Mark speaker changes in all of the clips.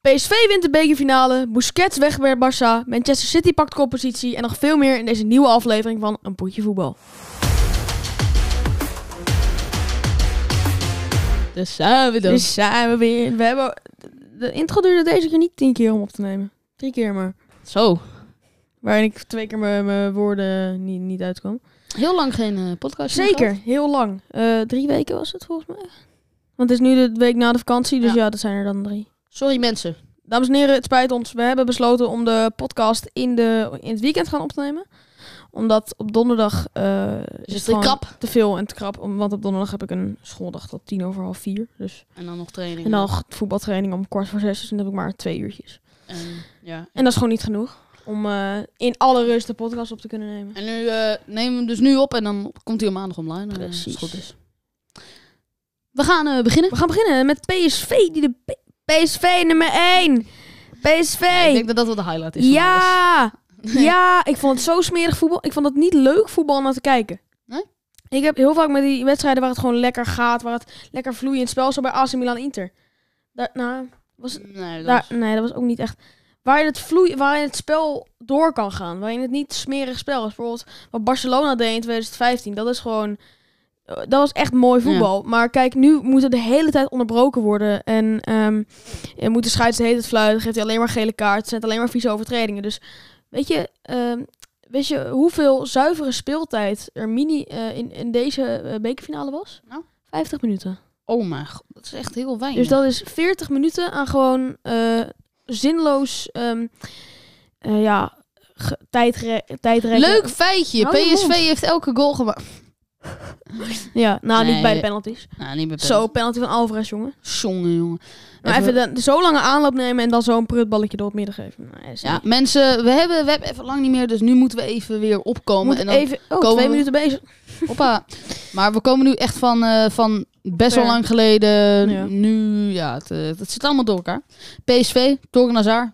Speaker 1: PSV wint de bekerfinale, Busquets weg bij Barça, Manchester City pakt koppositie en nog veel meer in deze nieuwe aflevering van Een Potje Voetbal.
Speaker 2: Dus zijn we dan.
Speaker 1: Dus zijn we weer. We hebben... De intro duurde deze keer niet tien keer om op te nemen. Drie keer maar.
Speaker 2: Zo.
Speaker 1: Waarin ik twee keer mijn mijn woorden niet, niet uitkwam.
Speaker 2: Heel lang geen eh, podcast. meer
Speaker 1: Zeker,
Speaker 2: gehad.
Speaker 1: heel lang. Eh, drie weken was het volgens mij. Want het is nu de week na de vakantie, dus
Speaker 2: Ja.
Speaker 1: ja dat zijn er dan drie.
Speaker 2: Sorry mensen. Dus
Speaker 1: Dames en heren, het spijt ons. We hebben besloten om de podcast in, de, in het weekend gaan op te nemen. Omdat op donderdag eh,
Speaker 2: Is het
Speaker 1: gewoon
Speaker 2: een kap?
Speaker 1: te veel en te krap. om- Want op donderdag heb ik een schooldag tot tien over half vier. Dus.
Speaker 2: En dan nog training.
Speaker 1: En dan nog voetbaltraining om kwart voor zes. Dus dan heb ik maar twee uurtjes.
Speaker 2: En, ja.
Speaker 1: En dat is gewoon niet genoeg om eh, in alle rust de podcast op te kunnen nemen.
Speaker 2: en nu eh, nemen we hem dus nu op en dan komt hij op maandag online. eh,
Speaker 1: Precies.
Speaker 2: Als het goed is. We gaan eh,
Speaker 1: dus.
Speaker 2: beginnen.
Speaker 1: We gaan beginnen met PSV. Die de P- PSV nummer 1. PSV.
Speaker 2: Ik denk dat dat wel de highlight is. van alles.
Speaker 1: Ja, ja, ik vond het zo smerig voetbal. Ik vond het niet leuk voetbal om naar te kijken.
Speaker 2: Nee?
Speaker 1: Ik heb heel vaak met die wedstrijden waar het gewoon lekker gaat, waar het lekker vloeiend spel, zo bij AC Milan Inter. Daar, nou, was,
Speaker 2: Nee, dat
Speaker 1: daar,
Speaker 2: is-
Speaker 1: nee, dat was ook niet echt. Waarin het, vloei, waarin het spel door kan gaan. Waarin het niet smerig spel is. Bijvoorbeeld wat Barcelona deed in 2015. Dat is gewoon. eh, Dat was echt mooi voetbal. Maar kijk, nu moet het de hele tijd onderbroken worden. En ehm, je moet de scheids de hele tijd fluiten. Geeft hij alleen maar gele kaart. Zet alleen maar vieze overtredingen. Dus weet je, ehm, weet je hoeveel zuivere speeltijd er mini eh, in, in deze eh, bekerfinale was?
Speaker 2: Nou.
Speaker 1: 50 minuten.
Speaker 2: Oh mijn god, dat is echt heel weinig.
Speaker 1: Dus dat is 40 minuten aan gewoon eh, zinloos ehm, eh, ja, ge- tijdre tijdrekken.
Speaker 2: Leuk feitje.
Speaker 1: Hou je
Speaker 2: PSV
Speaker 1: mond.
Speaker 2: heeft elke goal gemaakt.
Speaker 1: Ja, nou
Speaker 2: Nee.
Speaker 1: niet bij de penalties.
Speaker 2: Nou, niet meer
Speaker 1: Zo, penalty van Alvarez, jongen.
Speaker 2: Jongen, jongen.
Speaker 1: Maar even, dan zo lange aanloop nemen en dan zo'n prutballetje door het midden geven. Nee, is
Speaker 2: Ja,
Speaker 1: niet.
Speaker 2: mensen, we hebben, we hebben even lang niet meer, dus nu moeten we even weer opkomen.
Speaker 1: Moet
Speaker 2: en dan,
Speaker 1: even, oh,
Speaker 2: komen
Speaker 1: twee
Speaker 2: we-
Speaker 1: minuten bezig.
Speaker 2: Hoppa. Maar we komen nu echt van, eh, van best wel
Speaker 1: Ver.
Speaker 2: lang geleden.
Speaker 1: Ja.
Speaker 2: Nu, ja, het, eh, het zit allemaal door elkaar. PSV, Torgen Hazard.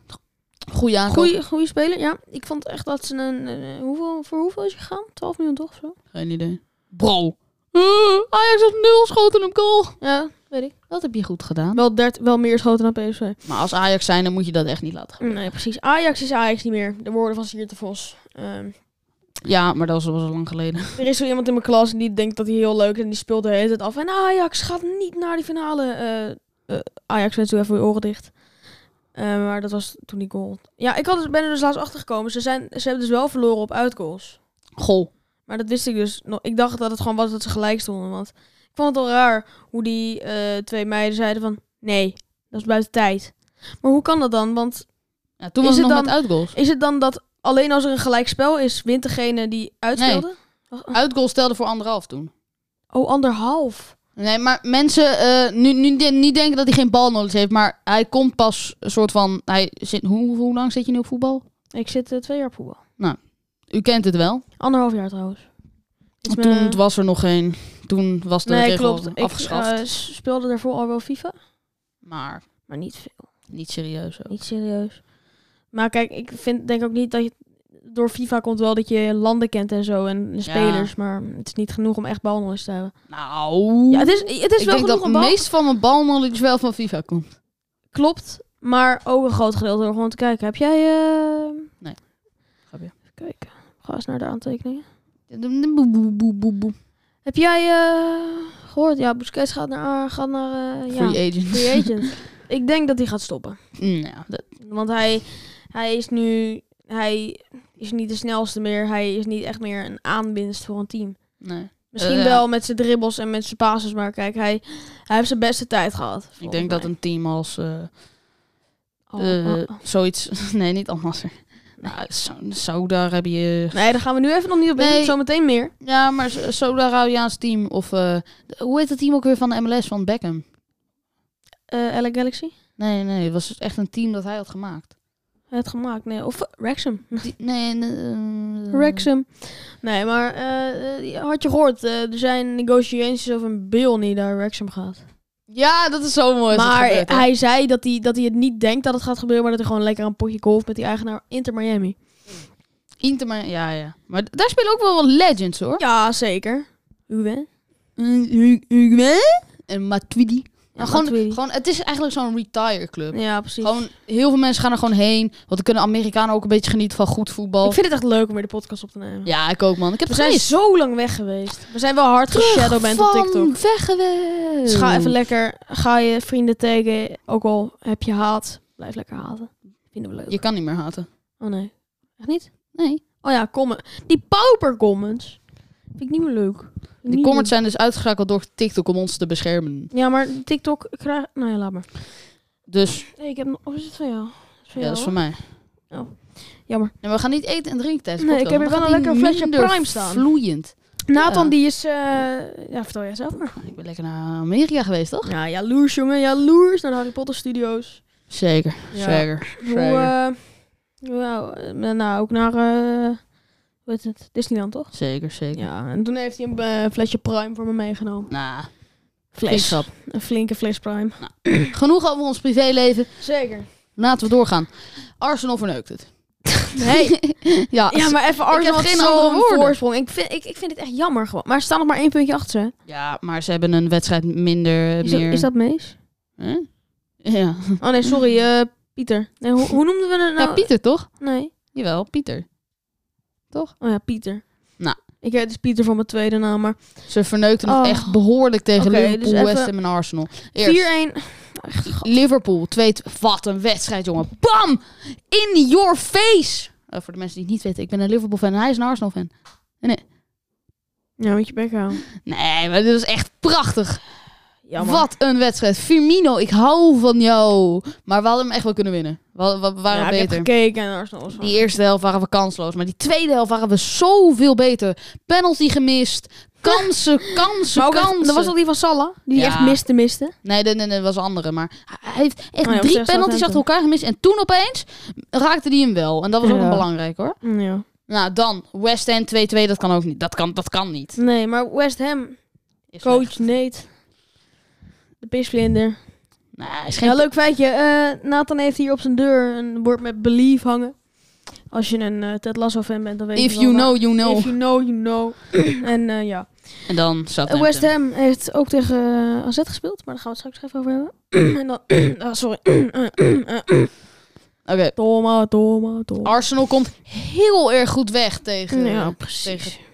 Speaker 2: Goeie aankoop.
Speaker 1: Goeie, goeie speler, ja. Ik vond echt dat ze een... eh, hoeveel, voor hoeveel is hij gegaan? 12 miljoen toch? of Zo?
Speaker 2: Geen idee. Bro. Eh, Ajax op nul schoten op goal.
Speaker 1: Ja, weet ik.
Speaker 2: Dat heb je goed gedaan.
Speaker 1: Wel, dert, wel meer schoten dan PSV.
Speaker 2: Maar als Ajax zijn, dan moet je dat echt niet laten.
Speaker 1: Nee, precies. Ajax is Ajax niet meer. De woorden van Siert de Vos. Ehm,
Speaker 2: Ja, maar dat was, was al lang geleden.
Speaker 1: Er is zo iemand in mijn klas en die denkt dat hij heel leuk is en die speelt de hele tijd af. En Ajax gaat niet naar die finale. Eh, eh, Ajax werd toen even je oren dicht. Eh, maar dat was toen die goal. Ja, ik had, ben er dus laatst achter gekomen. Ze, zijn, ze hebben dus wel verloren op uitgoals.
Speaker 2: Goal.
Speaker 1: Maar dat wist ik dus nog. Ik dacht dat het gewoon was dat ze gelijk stonden. Want ik vond het al raar hoe die eh, twee meiden zeiden van... Nee, dat is buiten tijd. Maar hoe kan dat dan? Want
Speaker 2: Ja, toen
Speaker 1: Is
Speaker 2: was het
Speaker 1: het dan-
Speaker 2: nog met uitgoals.
Speaker 1: is het dan dat alleen als er een gelijkspel is... wint degene die uitspeelde?
Speaker 2: Uitgoals stelde voor anderhalf toen.
Speaker 1: Oh, anderhalf.
Speaker 2: Nee, maar mensen eh, nu, nu de- niet denken dat hij geen balknowledge heeft, maar hij komt pas een soort van. Hij zit, hoe, hoe lang zit je nu op voetbal?
Speaker 1: Ik zit eh, twee jaar op voetbal.
Speaker 2: U kent het wel.
Speaker 1: Anderhalf jaar trouwens. Iets met
Speaker 2: Toen
Speaker 1: een-
Speaker 2: was er nog geen. Toen was de
Speaker 1: nee,
Speaker 2: regel
Speaker 1: klopt.
Speaker 2: afgeschaft.
Speaker 1: Ik eh, s- speelde daarvoor al wel FIFA.
Speaker 2: maar
Speaker 1: Maar niet veel.
Speaker 2: niet serieus. Ook.
Speaker 1: Niet serieus. Maar kijk, ik vind, denk ook niet dat je... Door FIFA komt wel dat je landen kent en zo en de spelers. Maar het is niet genoeg om echt balknowledge te hebben.
Speaker 2: Nou.
Speaker 1: Ja, het is, het is wel
Speaker 2: ik denk
Speaker 1: genoeg
Speaker 2: dat het
Speaker 1: om bal...
Speaker 2: meest van mijn balknowledge wel van FIFA komt.
Speaker 1: Klopt, maar ook een groot gedeelte door gewoon te kijken. Heb jij... eh,
Speaker 2: Nee. Grapje.
Speaker 1: Even kijken. Ga eens naar de aantekeningen.
Speaker 2: Boe, boe, boe, boe, boe.
Speaker 1: Heb jij eh, gehoord? Ja, Busquets gaat naar... Gaat naar eh, ja,
Speaker 2: Free agent.
Speaker 1: free agent. ik denk dat hij gaat stoppen.
Speaker 2: nou, dat,
Speaker 1: Want hij, hij is nu. Hij is niet de snelste meer. Hij is niet echt meer een aanwinst voor een team.
Speaker 2: nee.
Speaker 1: Misschien
Speaker 2: Eh, ja.
Speaker 1: wel met zijn dribbles en met zijn passes. Maar kijk, hij, hij heeft zijn beste tijd gehad.
Speaker 2: Ik
Speaker 1: volgens
Speaker 2: denk dat
Speaker 1: mij.
Speaker 2: een team als. eh,
Speaker 1: Oh, oh,
Speaker 2: eh,
Speaker 1: oh.
Speaker 2: Zoiets. Nee, niet anders. Nou, zo, zo, daar heb je
Speaker 1: Nee, daar gaan we nu even nog niet op in.
Speaker 2: Nee.
Speaker 1: Zometeen meer.
Speaker 2: Ja, maar Sa- Saudi-Arabiaans team of... eh, de- hoe heet het team ook weer van de MLS, van Beckham?
Speaker 1: Eh LA Galaxy.
Speaker 2: Nee, nee, het was echt een team dat hij had gemaakt.
Speaker 1: Het gemaakt. Nee, of eh, Wrexham.
Speaker 2: Die- nee, nee, eh,
Speaker 1: Wrexham. Nee, maar eh, eh, had je gehoord, eh, er zijn negotiaties over een Bill die naar Wrexham gaat.
Speaker 2: Ja, dat is zo mooi. als het
Speaker 1: maar
Speaker 2: gebeurt, hè.
Speaker 1: hij zei dat hij, dat hij het niet denkt dat het gaat gebeuren, maar dat hij gewoon lekker een potje golf met die eigenaar Inter Miami.
Speaker 2: Inter, maar, ja, ja. Maar d- daar spelen ook wel wat legends, hoor.
Speaker 1: Ja, zeker. Uwe.
Speaker 2: Ugwen en Matuidi.
Speaker 1: Ja,
Speaker 2: gewoon,
Speaker 1: Matuidi.
Speaker 2: gewoon, het is eigenlijk zo'n retire club.
Speaker 1: ja, precies.
Speaker 2: Gewoon, heel veel mensen gaan er gewoon heen. Want dan kunnen Amerikanen ook een beetje genieten van goed voetbal.
Speaker 1: Ik vind het echt leuk om weer de podcast op te nemen.
Speaker 2: Ja, ik ook, man. Ik heb
Speaker 1: We
Speaker 2: het
Speaker 1: zijn
Speaker 2: gemist.
Speaker 1: zo lang weg geweest. We zijn wel hard geshadowband op TikTok.
Speaker 2: weg geweest.
Speaker 1: Dus ga even lekker, ga je vrienden tegen. Ook al heb je haat, blijf lekker haten. Vinden we leuk.
Speaker 2: Je kan niet meer haten.
Speaker 1: Oh nee, echt niet?
Speaker 2: Nee.
Speaker 1: Oh ja, comment. Die pauper comments. Vind ik niet meer leuk. Vind ik niet
Speaker 2: Die comments zijn dus uitgeschakeld door TikTok om ons te beschermen.
Speaker 1: leuk. Ja, maar TikTok krijg... Nou ja, laat maar.
Speaker 2: Dus
Speaker 1: Nee, ik heb... nog- Of is het van jou? Is het
Speaker 2: ja,
Speaker 1: van jou,
Speaker 2: dat is
Speaker 1: hoor.
Speaker 2: van mij.
Speaker 1: Jammer.
Speaker 2: Nee, we gaan niet eten en drinken tijdens de
Speaker 1: Nee, ik heb hier
Speaker 2: podcast, want dan
Speaker 1: wel een
Speaker 2: gaat
Speaker 1: lekker
Speaker 2: die
Speaker 1: flesje
Speaker 2: minder
Speaker 1: Prime staan.
Speaker 2: Vloeiend.
Speaker 1: Nathan,
Speaker 2: Ja.
Speaker 1: die is... eh, Ja, vertel jij zelf maar.
Speaker 2: Ik ben lekker naar Amerika geweest, toch?
Speaker 1: Ja, jaloers, jongen. Jaloers naar de Harry Potter Studios.
Speaker 2: Zeker,
Speaker 1: Ja.
Speaker 2: zeker,
Speaker 1: Hoe,
Speaker 2: zeker.
Speaker 1: eh, nou, eh, nou, ook naar... eh, hoe heet het? Disneyland, toch?
Speaker 2: zeker, zeker.
Speaker 1: Ja, en toen heeft hij een eh, flesje Prime voor me meegenomen.
Speaker 2: Nou,
Speaker 1: Fles.
Speaker 2: vriendschap.
Speaker 1: Een flinke fles Prime.
Speaker 2: Genoeg over ons privéleven.
Speaker 1: Zeker.
Speaker 2: Laten we doorgaan. Arsenal verneukt het.
Speaker 1: Nee.
Speaker 2: Ja,
Speaker 1: Ja, maar even Arsenal
Speaker 2: Ah, heb
Speaker 1: had
Speaker 2: geen
Speaker 1: zo'n
Speaker 2: andere woorden.
Speaker 1: voorsprong. Ik vind, ik, ik vind het echt jammer gewoon. Maar ze staan nog maar één puntje achter ze.
Speaker 2: ja, maar ze hebben een wedstrijd minder. eh,
Speaker 1: Is, dat-
Speaker 2: meer.
Speaker 1: is dat Mees?
Speaker 2: Hè? Ja.
Speaker 1: Oh nee, sorry. eh, Pieter. Nee, hoe, hoe noemden we het nou?
Speaker 2: ja, Pieter toch?
Speaker 1: Nee.
Speaker 2: Jawel, Pieter. Toch?
Speaker 1: Oh ja, Pieter.
Speaker 2: Nou.
Speaker 1: Ik heet dus Pieter van mijn tweede naam, maar... 4-1.
Speaker 2: Ze verneukten het
Speaker 1: Oh.
Speaker 2: echt behoorlijk tegen
Speaker 1: Oké,
Speaker 2: Liverpool,
Speaker 1: dus even-
Speaker 2: West Ham en Arsenal. Eerst Liverpool 2 Wat een wedstrijd, jongen. Bam! In your face! Eh, voor de mensen die het niet weten, ik ben een Liverpool-fan en hij is een Arsenal-fan.
Speaker 1: Ja, moet je bek houden.
Speaker 2: Nee, maar dit was echt prachtig.
Speaker 1: Jammer.
Speaker 2: Wat een wedstrijd. Firmino, ik hou van jou. Maar we hadden hem echt wel kunnen winnen. We, hadden- we waren
Speaker 1: ja, ik
Speaker 2: beter.
Speaker 1: heb gekeken en Arsenal was van.
Speaker 2: Die eerste helft waren we kansloos. Maar die tweede helft waren we zoveel beter. Penalty gemist. Kansen, kansen,
Speaker 1: Maar ook echt-
Speaker 2: kansen.
Speaker 1: dat was al die van Salah, die
Speaker 2: Ja.
Speaker 1: echt miste, miste.
Speaker 2: Nee, nee, nee, nee, dat was een andere. Maar hij heeft echt
Speaker 1: Oh ja,
Speaker 2: drie
Speaker 1: tegen
Speaker 2: penalties achter
Speaker 1: Southampton.
Speaker 2: elkaar gemist. En toen opeens raakte hij hem wel. En dat was ook
Speaker 1: Ja.
Speaker 2: nog belangrijk hoor.
Speaker 1: Mm, Ja.
Speaker 2: Nou, dan West Ham 2-2. Dat kan ook niet. Dat kan, dat kan niet.
Speaker 1: Nee, maar West Ham,
Speaker 2: Is
Speaker 1: coach
Speaker 2: slecht.
Speaker 1: Nate, de pisvlinder.
Speaker 2: Nee, is geen...
Speaker 1: Ja, leuk feitje. Eh, Nathan heeft hier op zijn deur een bord met Believe hangen. Als je een eh, Ted Lasso fan bent, dan weet
Speaker 2: If
Speaker 1: je wel
Speaker 2: you
Speaker 1: waar.
Speaker 2: know, you know.
Speaker 1: If you know, you know. en eh, ja.
Speaker 2: En dan
Speaker 1: Eh,
Speaker 2: Southampton.
Speaker 1: West Ham heeft ook tegen eh, AZ gespeeld, maar daar gaan we het straks even over hebben. en dan... ah, sorry.
Speaker 2: Oké.
Speaker 1: Toma, Toma, Toma. eh,
Speaker 2: Arsenal komt heel erg goed weg tegen...
Speaker 1: Ja, precies.
Speaker 2: tegen-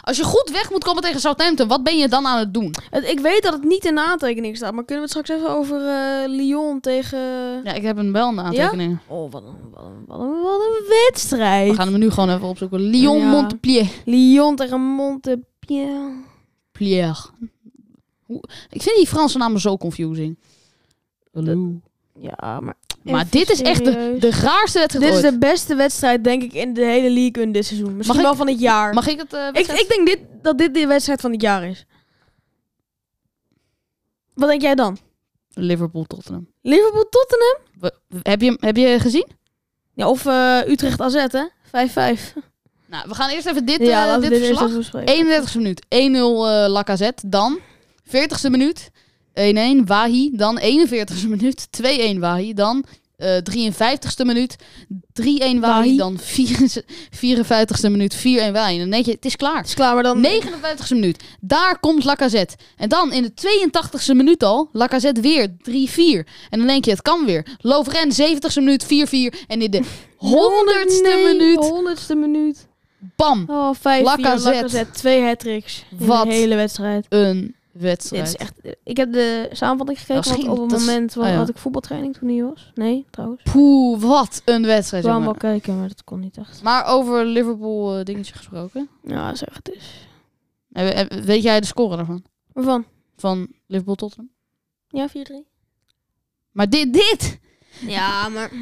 Speaker 2: Als je goed weg moet komen tegen Southampton, wat ben je dan aan het doen?
Speaker 1: Het- ik weet dat het niet in de aantekening staat, maar kunnen we het straks even over eh, Lyon tegen...
Speaker 2: Ja, ik heb hem wel in de aantekening.
Speaker 1: Oh, wat een, wat een, wat een, wat een wedstrijd.
Speaker 2: We gaan hem nu gewoon even opzoeken. Lyon
Speaker 1: Ja.
Speaker 2: Montpellier.
Speaker 1: Lyon tegen Montpellier.
Speaker 2: Plier. Hoe- Ik vind die Franse namen zo confusing.
Speaker 1: Ja, maar...
Speaker 2: Maar
Speaker 1: even
Speaker 2: dit is echt de,
Speaker 1: serieus.
Speaker 2: de raarste wedstrijd
Speaker 1: Dit is
Speaker 2: ooit.
Speaker 1: de beste wedstrijd, denk ik, in de hele League in dit seizoen. Misschien
Speaker 2: Mag ik-
Speaker 1: wel van het jaar.
Speaker 2: Mag ik het eh,
Speaker 1: ik,
Speaker 2: wedstrijd-
Speaker 1: ik denk dit, dat dit de wedstrijd van het jaar is. Wat denk jij dan?
Speaker 2: Liverpool Tottenham.
Speaker 1: Liverpool-Tottenham?
Speaker 2: We- heb, je, hem- heb je gezien?
Speaker 1: Ja, of eh, Utrecht-AZ, hè? 5-5.
Speaker 2: Nou, we gaan eerst even dit,
Speaker 1: ja,
Speaker 2: eh,
Speaker 1: laten we
Speaker 2: dit,
Speaker 1: dit eerst
Speaker 2: verslag.
Speaker 1: even bespreken.
Speaker 2: 31 e minuut, 1-0 eh Lacazette. Dan 40 e minuut, 1-1 Wahi. Dan 41 e minuut, 2-1 Wahi. Dan eh 53 e minuut, 3-1 Wahi.
Speaker 1: Wahi.
Speaker 2: Dan 54 e minuut, 4-1 Wahi. Dan denk je, het is klaar.
Speaker 1: Het is klaar, maar dan...
Speaker 2: 59 e minuut, daar komt Lacazette. En dan in de 82 e minuut al, Lacazette weer 3-4. En dan denk je, het kan weer. Lovren, 70 e minuut, 4-4. En in de 100 e minuut,
Speaker 1: 100ste minuut.
Speaker 2: bam,
Speaker 1: Oh, 5
Speaker 2: Lacazette.
Speaker 1: Lacazette. Twee hat-tricks. in
Speaker 2: Wat?
Speaker 1: De hele wedstrijd.
Speaker 2: een
Speaker 1: Dit is
Speaker 2: wedstrijd.
Speaker 1: echt... Ik heb de samenvatting gekeken,
Speaker 2: Dat
Speaker 1: want
Speaker 2: ging-
Speaker 1: op
Speaker 2: dat
Speaker 1: het
Speaker 2: is-
Speaker 1: moment
Speaker 2: ah, ja.
Speaker 1: had ik voetbaltraining toen hij was. Nee, trouwens.
Speaker 2: Poeh, wat een
Speaker 1: Ik
Speaker 2: wedstrijd.
Speaker 1: wou hem
Speaker 2: jongen.
Speaker 1: wel kijken, maar dat kon niet echt.
Speaker 2: Maar over Liverpool eh, dingetje gesproken.
Speaker 1: Ja, zeg het eens.
Speaker 2: Eh, eh, Weet jij de score daarvan?
Speaker 1: Waarvan?
Speaker 2: Van Liverpool Tottenham?
Speaker 1: Ja, 4-3.
Speaker 2: Maar dit, dit!
Speaker 1: Ja, maar...
Speaker 2: 1-0,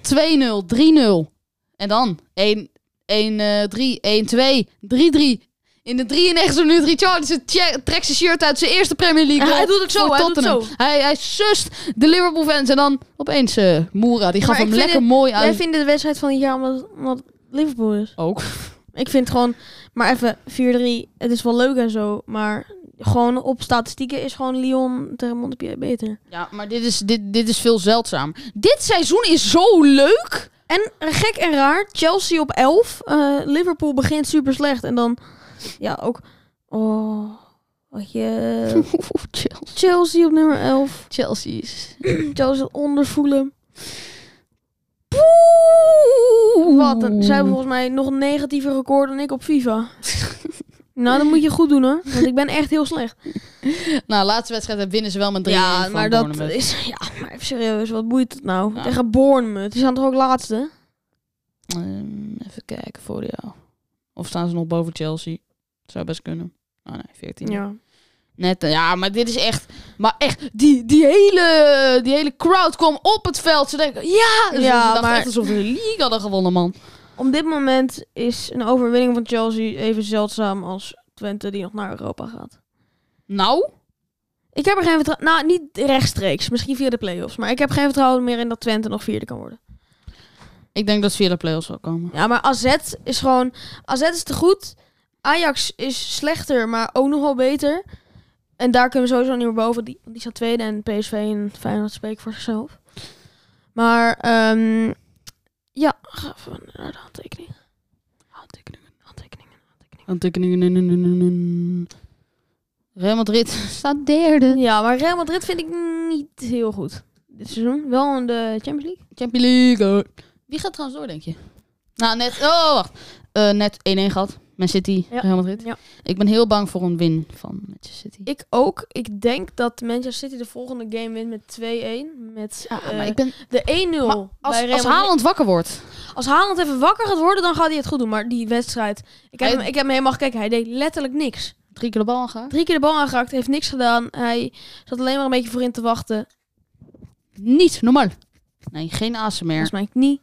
Speaker 2: 2-0, 3-0. En dan eh, 1-3, 1-2, 3-3. In de 93 minuut Richarlison tje- trekt zijn shirt uit zijn eerste Premier League.
Speaker 1: Hij
Speaker 2: goal
Speaker 1: doet het zo,
Speaker 2: voor
Speaker 1: hij doet het
Speaker 2: Tottenham.
Speaker 1: zo.
Speaker 2: Hij, hij sust de Liverpool fans. En dan opeens eh Moera, die gaf
Speaker 1: Maar
Speaker 2: hem
Speaker 1: ik vind
Speaker 2: lekker
Speaker 1: het-
Speaker 2: mooi
Speaker 1: Wij
Speaker 2: uit.
Speaker 1: vinden de wedstrijd van het jaar omdat, omdat het Liverpool is.
Speaker 2: Ook.
Speaker 1: Ik vind gewoon... Maar even, 4-3. Het is wel leuk en zo, maar... Gewoon op statistieken is gewoon Lyon tegen Montpellier beter.
Speaker 2: Ja, maar dit is, dit, dit is veel zeldzamer. Dit seizoen is zo leuk!
Speaker 1: En eh, gek en raar, Chelsea op 11. eh, Liverpool begint super slecht. En dan, ja, ook. Oh, Had je Chelsea op nummer 11.
Speaker 2: Ehm, Chelsea is...
Speaker 1: Chelsea ondervoelen.
Speaker 2: Poeh.
Speaker 1: Wat? Dan- Zij hebben volgens mij nog een negatiever record dan ik op FIFA. nou, dat moet je goed doen hoor. Want ik ben echt heel slecht.
Speaker 2: Nou, laatste wedstrijd winnen ze wel met 3-1
Speaker 1: Ja,
Speaker 2: van
Speaker 1: maar dat
Speaker 2: Bournemouth.
Speaker 1: is... Ja, maar even serieus, wat boeit het nou?
Speaker 2: Ja.
Speaker 1: Tegen Bournemouth. Die zijn toch ook laatste?
Speaker 2: Ehm, even kijken voor jou. Of staan ze nog boven Chelsea? Zou best kunnen. Ah nee, 14.
Speaker 1: Ja.
Speaker 2: Net, eh, ja, maar dit is echt... Maar echt, die, die, hele, die hele crowd kwam op het veld. Ze denken, ja! Dus Ze
Speaker 1: Ja,
Speaker 2: dachten
Speaker 1: maar-
Speaker 2: echt alsof we de league hadden gewonnen, man.
Speaker 1: Op dit moment is een overwinning van Chelsea even zeldzaam als Twente die nog naar Europa gaat.
Speaker 2: Nou?
Speaker 1: Ik heb er geen vertrouwen... Nou, niet rechtstreeks. Misschien via de play-offs. Maar ik heb geen vertrouwen meer in dat Twente nog vierde kan worden.
Speaker 2: Ik denk dat ze via de play-offs wel komen.
Speaker 1: Ja, maar AZ is gewoon... AZ is te goed. Ajax is slechter, maar ook nog wel beter. En daar kunnen we sowieso niet meer boven. Die, want die staat tweede en PSV en Feyenoord spreken voor zichzelf. Maar, ehm ja, ga even naar de handtekeningen. Handtekeningen, handtekeningen, handtekeningen.
Speaker 2: Handtekeningen. Real Madrid staat derde.
Speaker 1: Ja, maar Real Madrid vind ik niet heel goed dit seizoen. Wel in de Champions League.
Speaker 2: Champions League. hoor. Wie gaat trouwens door, denk je? Nou, net... Oh, wacht. Eh, net 1-1 gehad. Man City,
Speaker 1: Ja.
Speaker 2: Real Madrid.
Speaker 1: Ja.
Speaker 2: Ik ben heel bang voor een win van Manchester City.
Speaker 1: Ik ook. Ik denk dat Manchester City de volgende game wint met 2-1. Met
Speaker 2: ja,
Speaker 1: eh,
Speaker 2: maar ik ben...
Speaker 1: de 1-0.
Speaker 2: Maar Als,
Speaker 1: bij Real
Speaker 2: als
Speaker 1: Madrid.
Speaker 2: Haaland wakker wordt...
Speaker 1: Als Haaland even wakker gaat worden, dan gaat hij het goed doen. Maar die wedstrijd... Ik heb,
Speaker 2: Hij-
Speaker 1: hem, ik heb hem helemaal gekeken. Hij deed letterlijk niks.
Speaker 2: Drie keer de bal aangaan.
Speaker 1: Drie keer de bal aangeraakt. Heeft niks gedaan. Hij zat alleen maar een beetje voorin te wachten.
Speaker 2: Niet normaal. Nee, geen ASMR.
Speaker 1: Dat is mijn knie.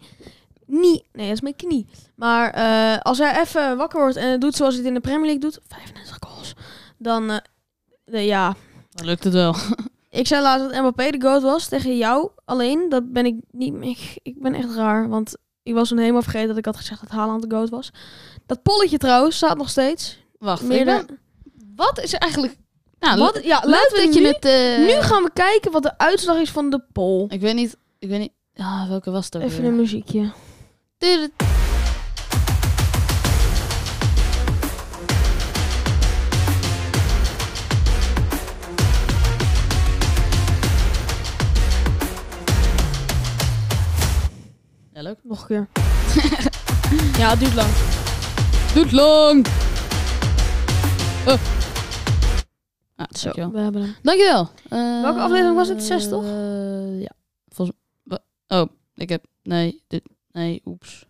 Speaker 1: Niet. Nee, dat is mijn knie. Maar eh, als hij even wakker wordt en het doet zoals hij het in de Premier League doet... 35 goals. Dan... eh, de, ja,
Speaker 2: Dan lukt het wel.
Speaker 1: Ik zei laatst dat Mbappé de goat was tegen jou. Alleen, dat ben ik niet meer. Ik, ik ben echt raar, want ik was toen helemaal vergeten dat ik had gezegd dat Haaland de goat was. Dat polletje trouwens staat nog steeds.
Speaker 2: Wacht, ik
Speaker 1: Meer dan-
Speaker 2: ben- wat is er eigenlijk... Nou,
Speaker 1: Wat,
Speaker 2: le-
Speaker 1: ja,
Speaker 2: leuk
Speaker 1: laten we
Speaker 2: dat
Speaker 1: nu,
Speaker 2: je het... eh,
Speaker 1: nu gaan we kijken wat de uitslag is van de poll.
Speaker 2: Ik weet niet... Ik weet niet... Ah, welke was het ook
Speaker 1: Even
Speaker 2: weer?
Speaker 1: een muziekje.
Speaker 2: Tudu. Ja, leuk.
Speaker 1: Nog een keer. ja, het duurt lang.
Speaker 2: Doet lang! Oh. Ah,
Speaker 1: Zo,
Speaker 2: dankjewel.
Speaker 1: we hebben hem.
Speaker 2: Dankjewel. Eh,
Speaker 1: Welke aflevering was het? Zes, toch?
Speaker 2: eh, ja. Volgens wa- Oh, ik heb... Nee, dit... Nee, oeps.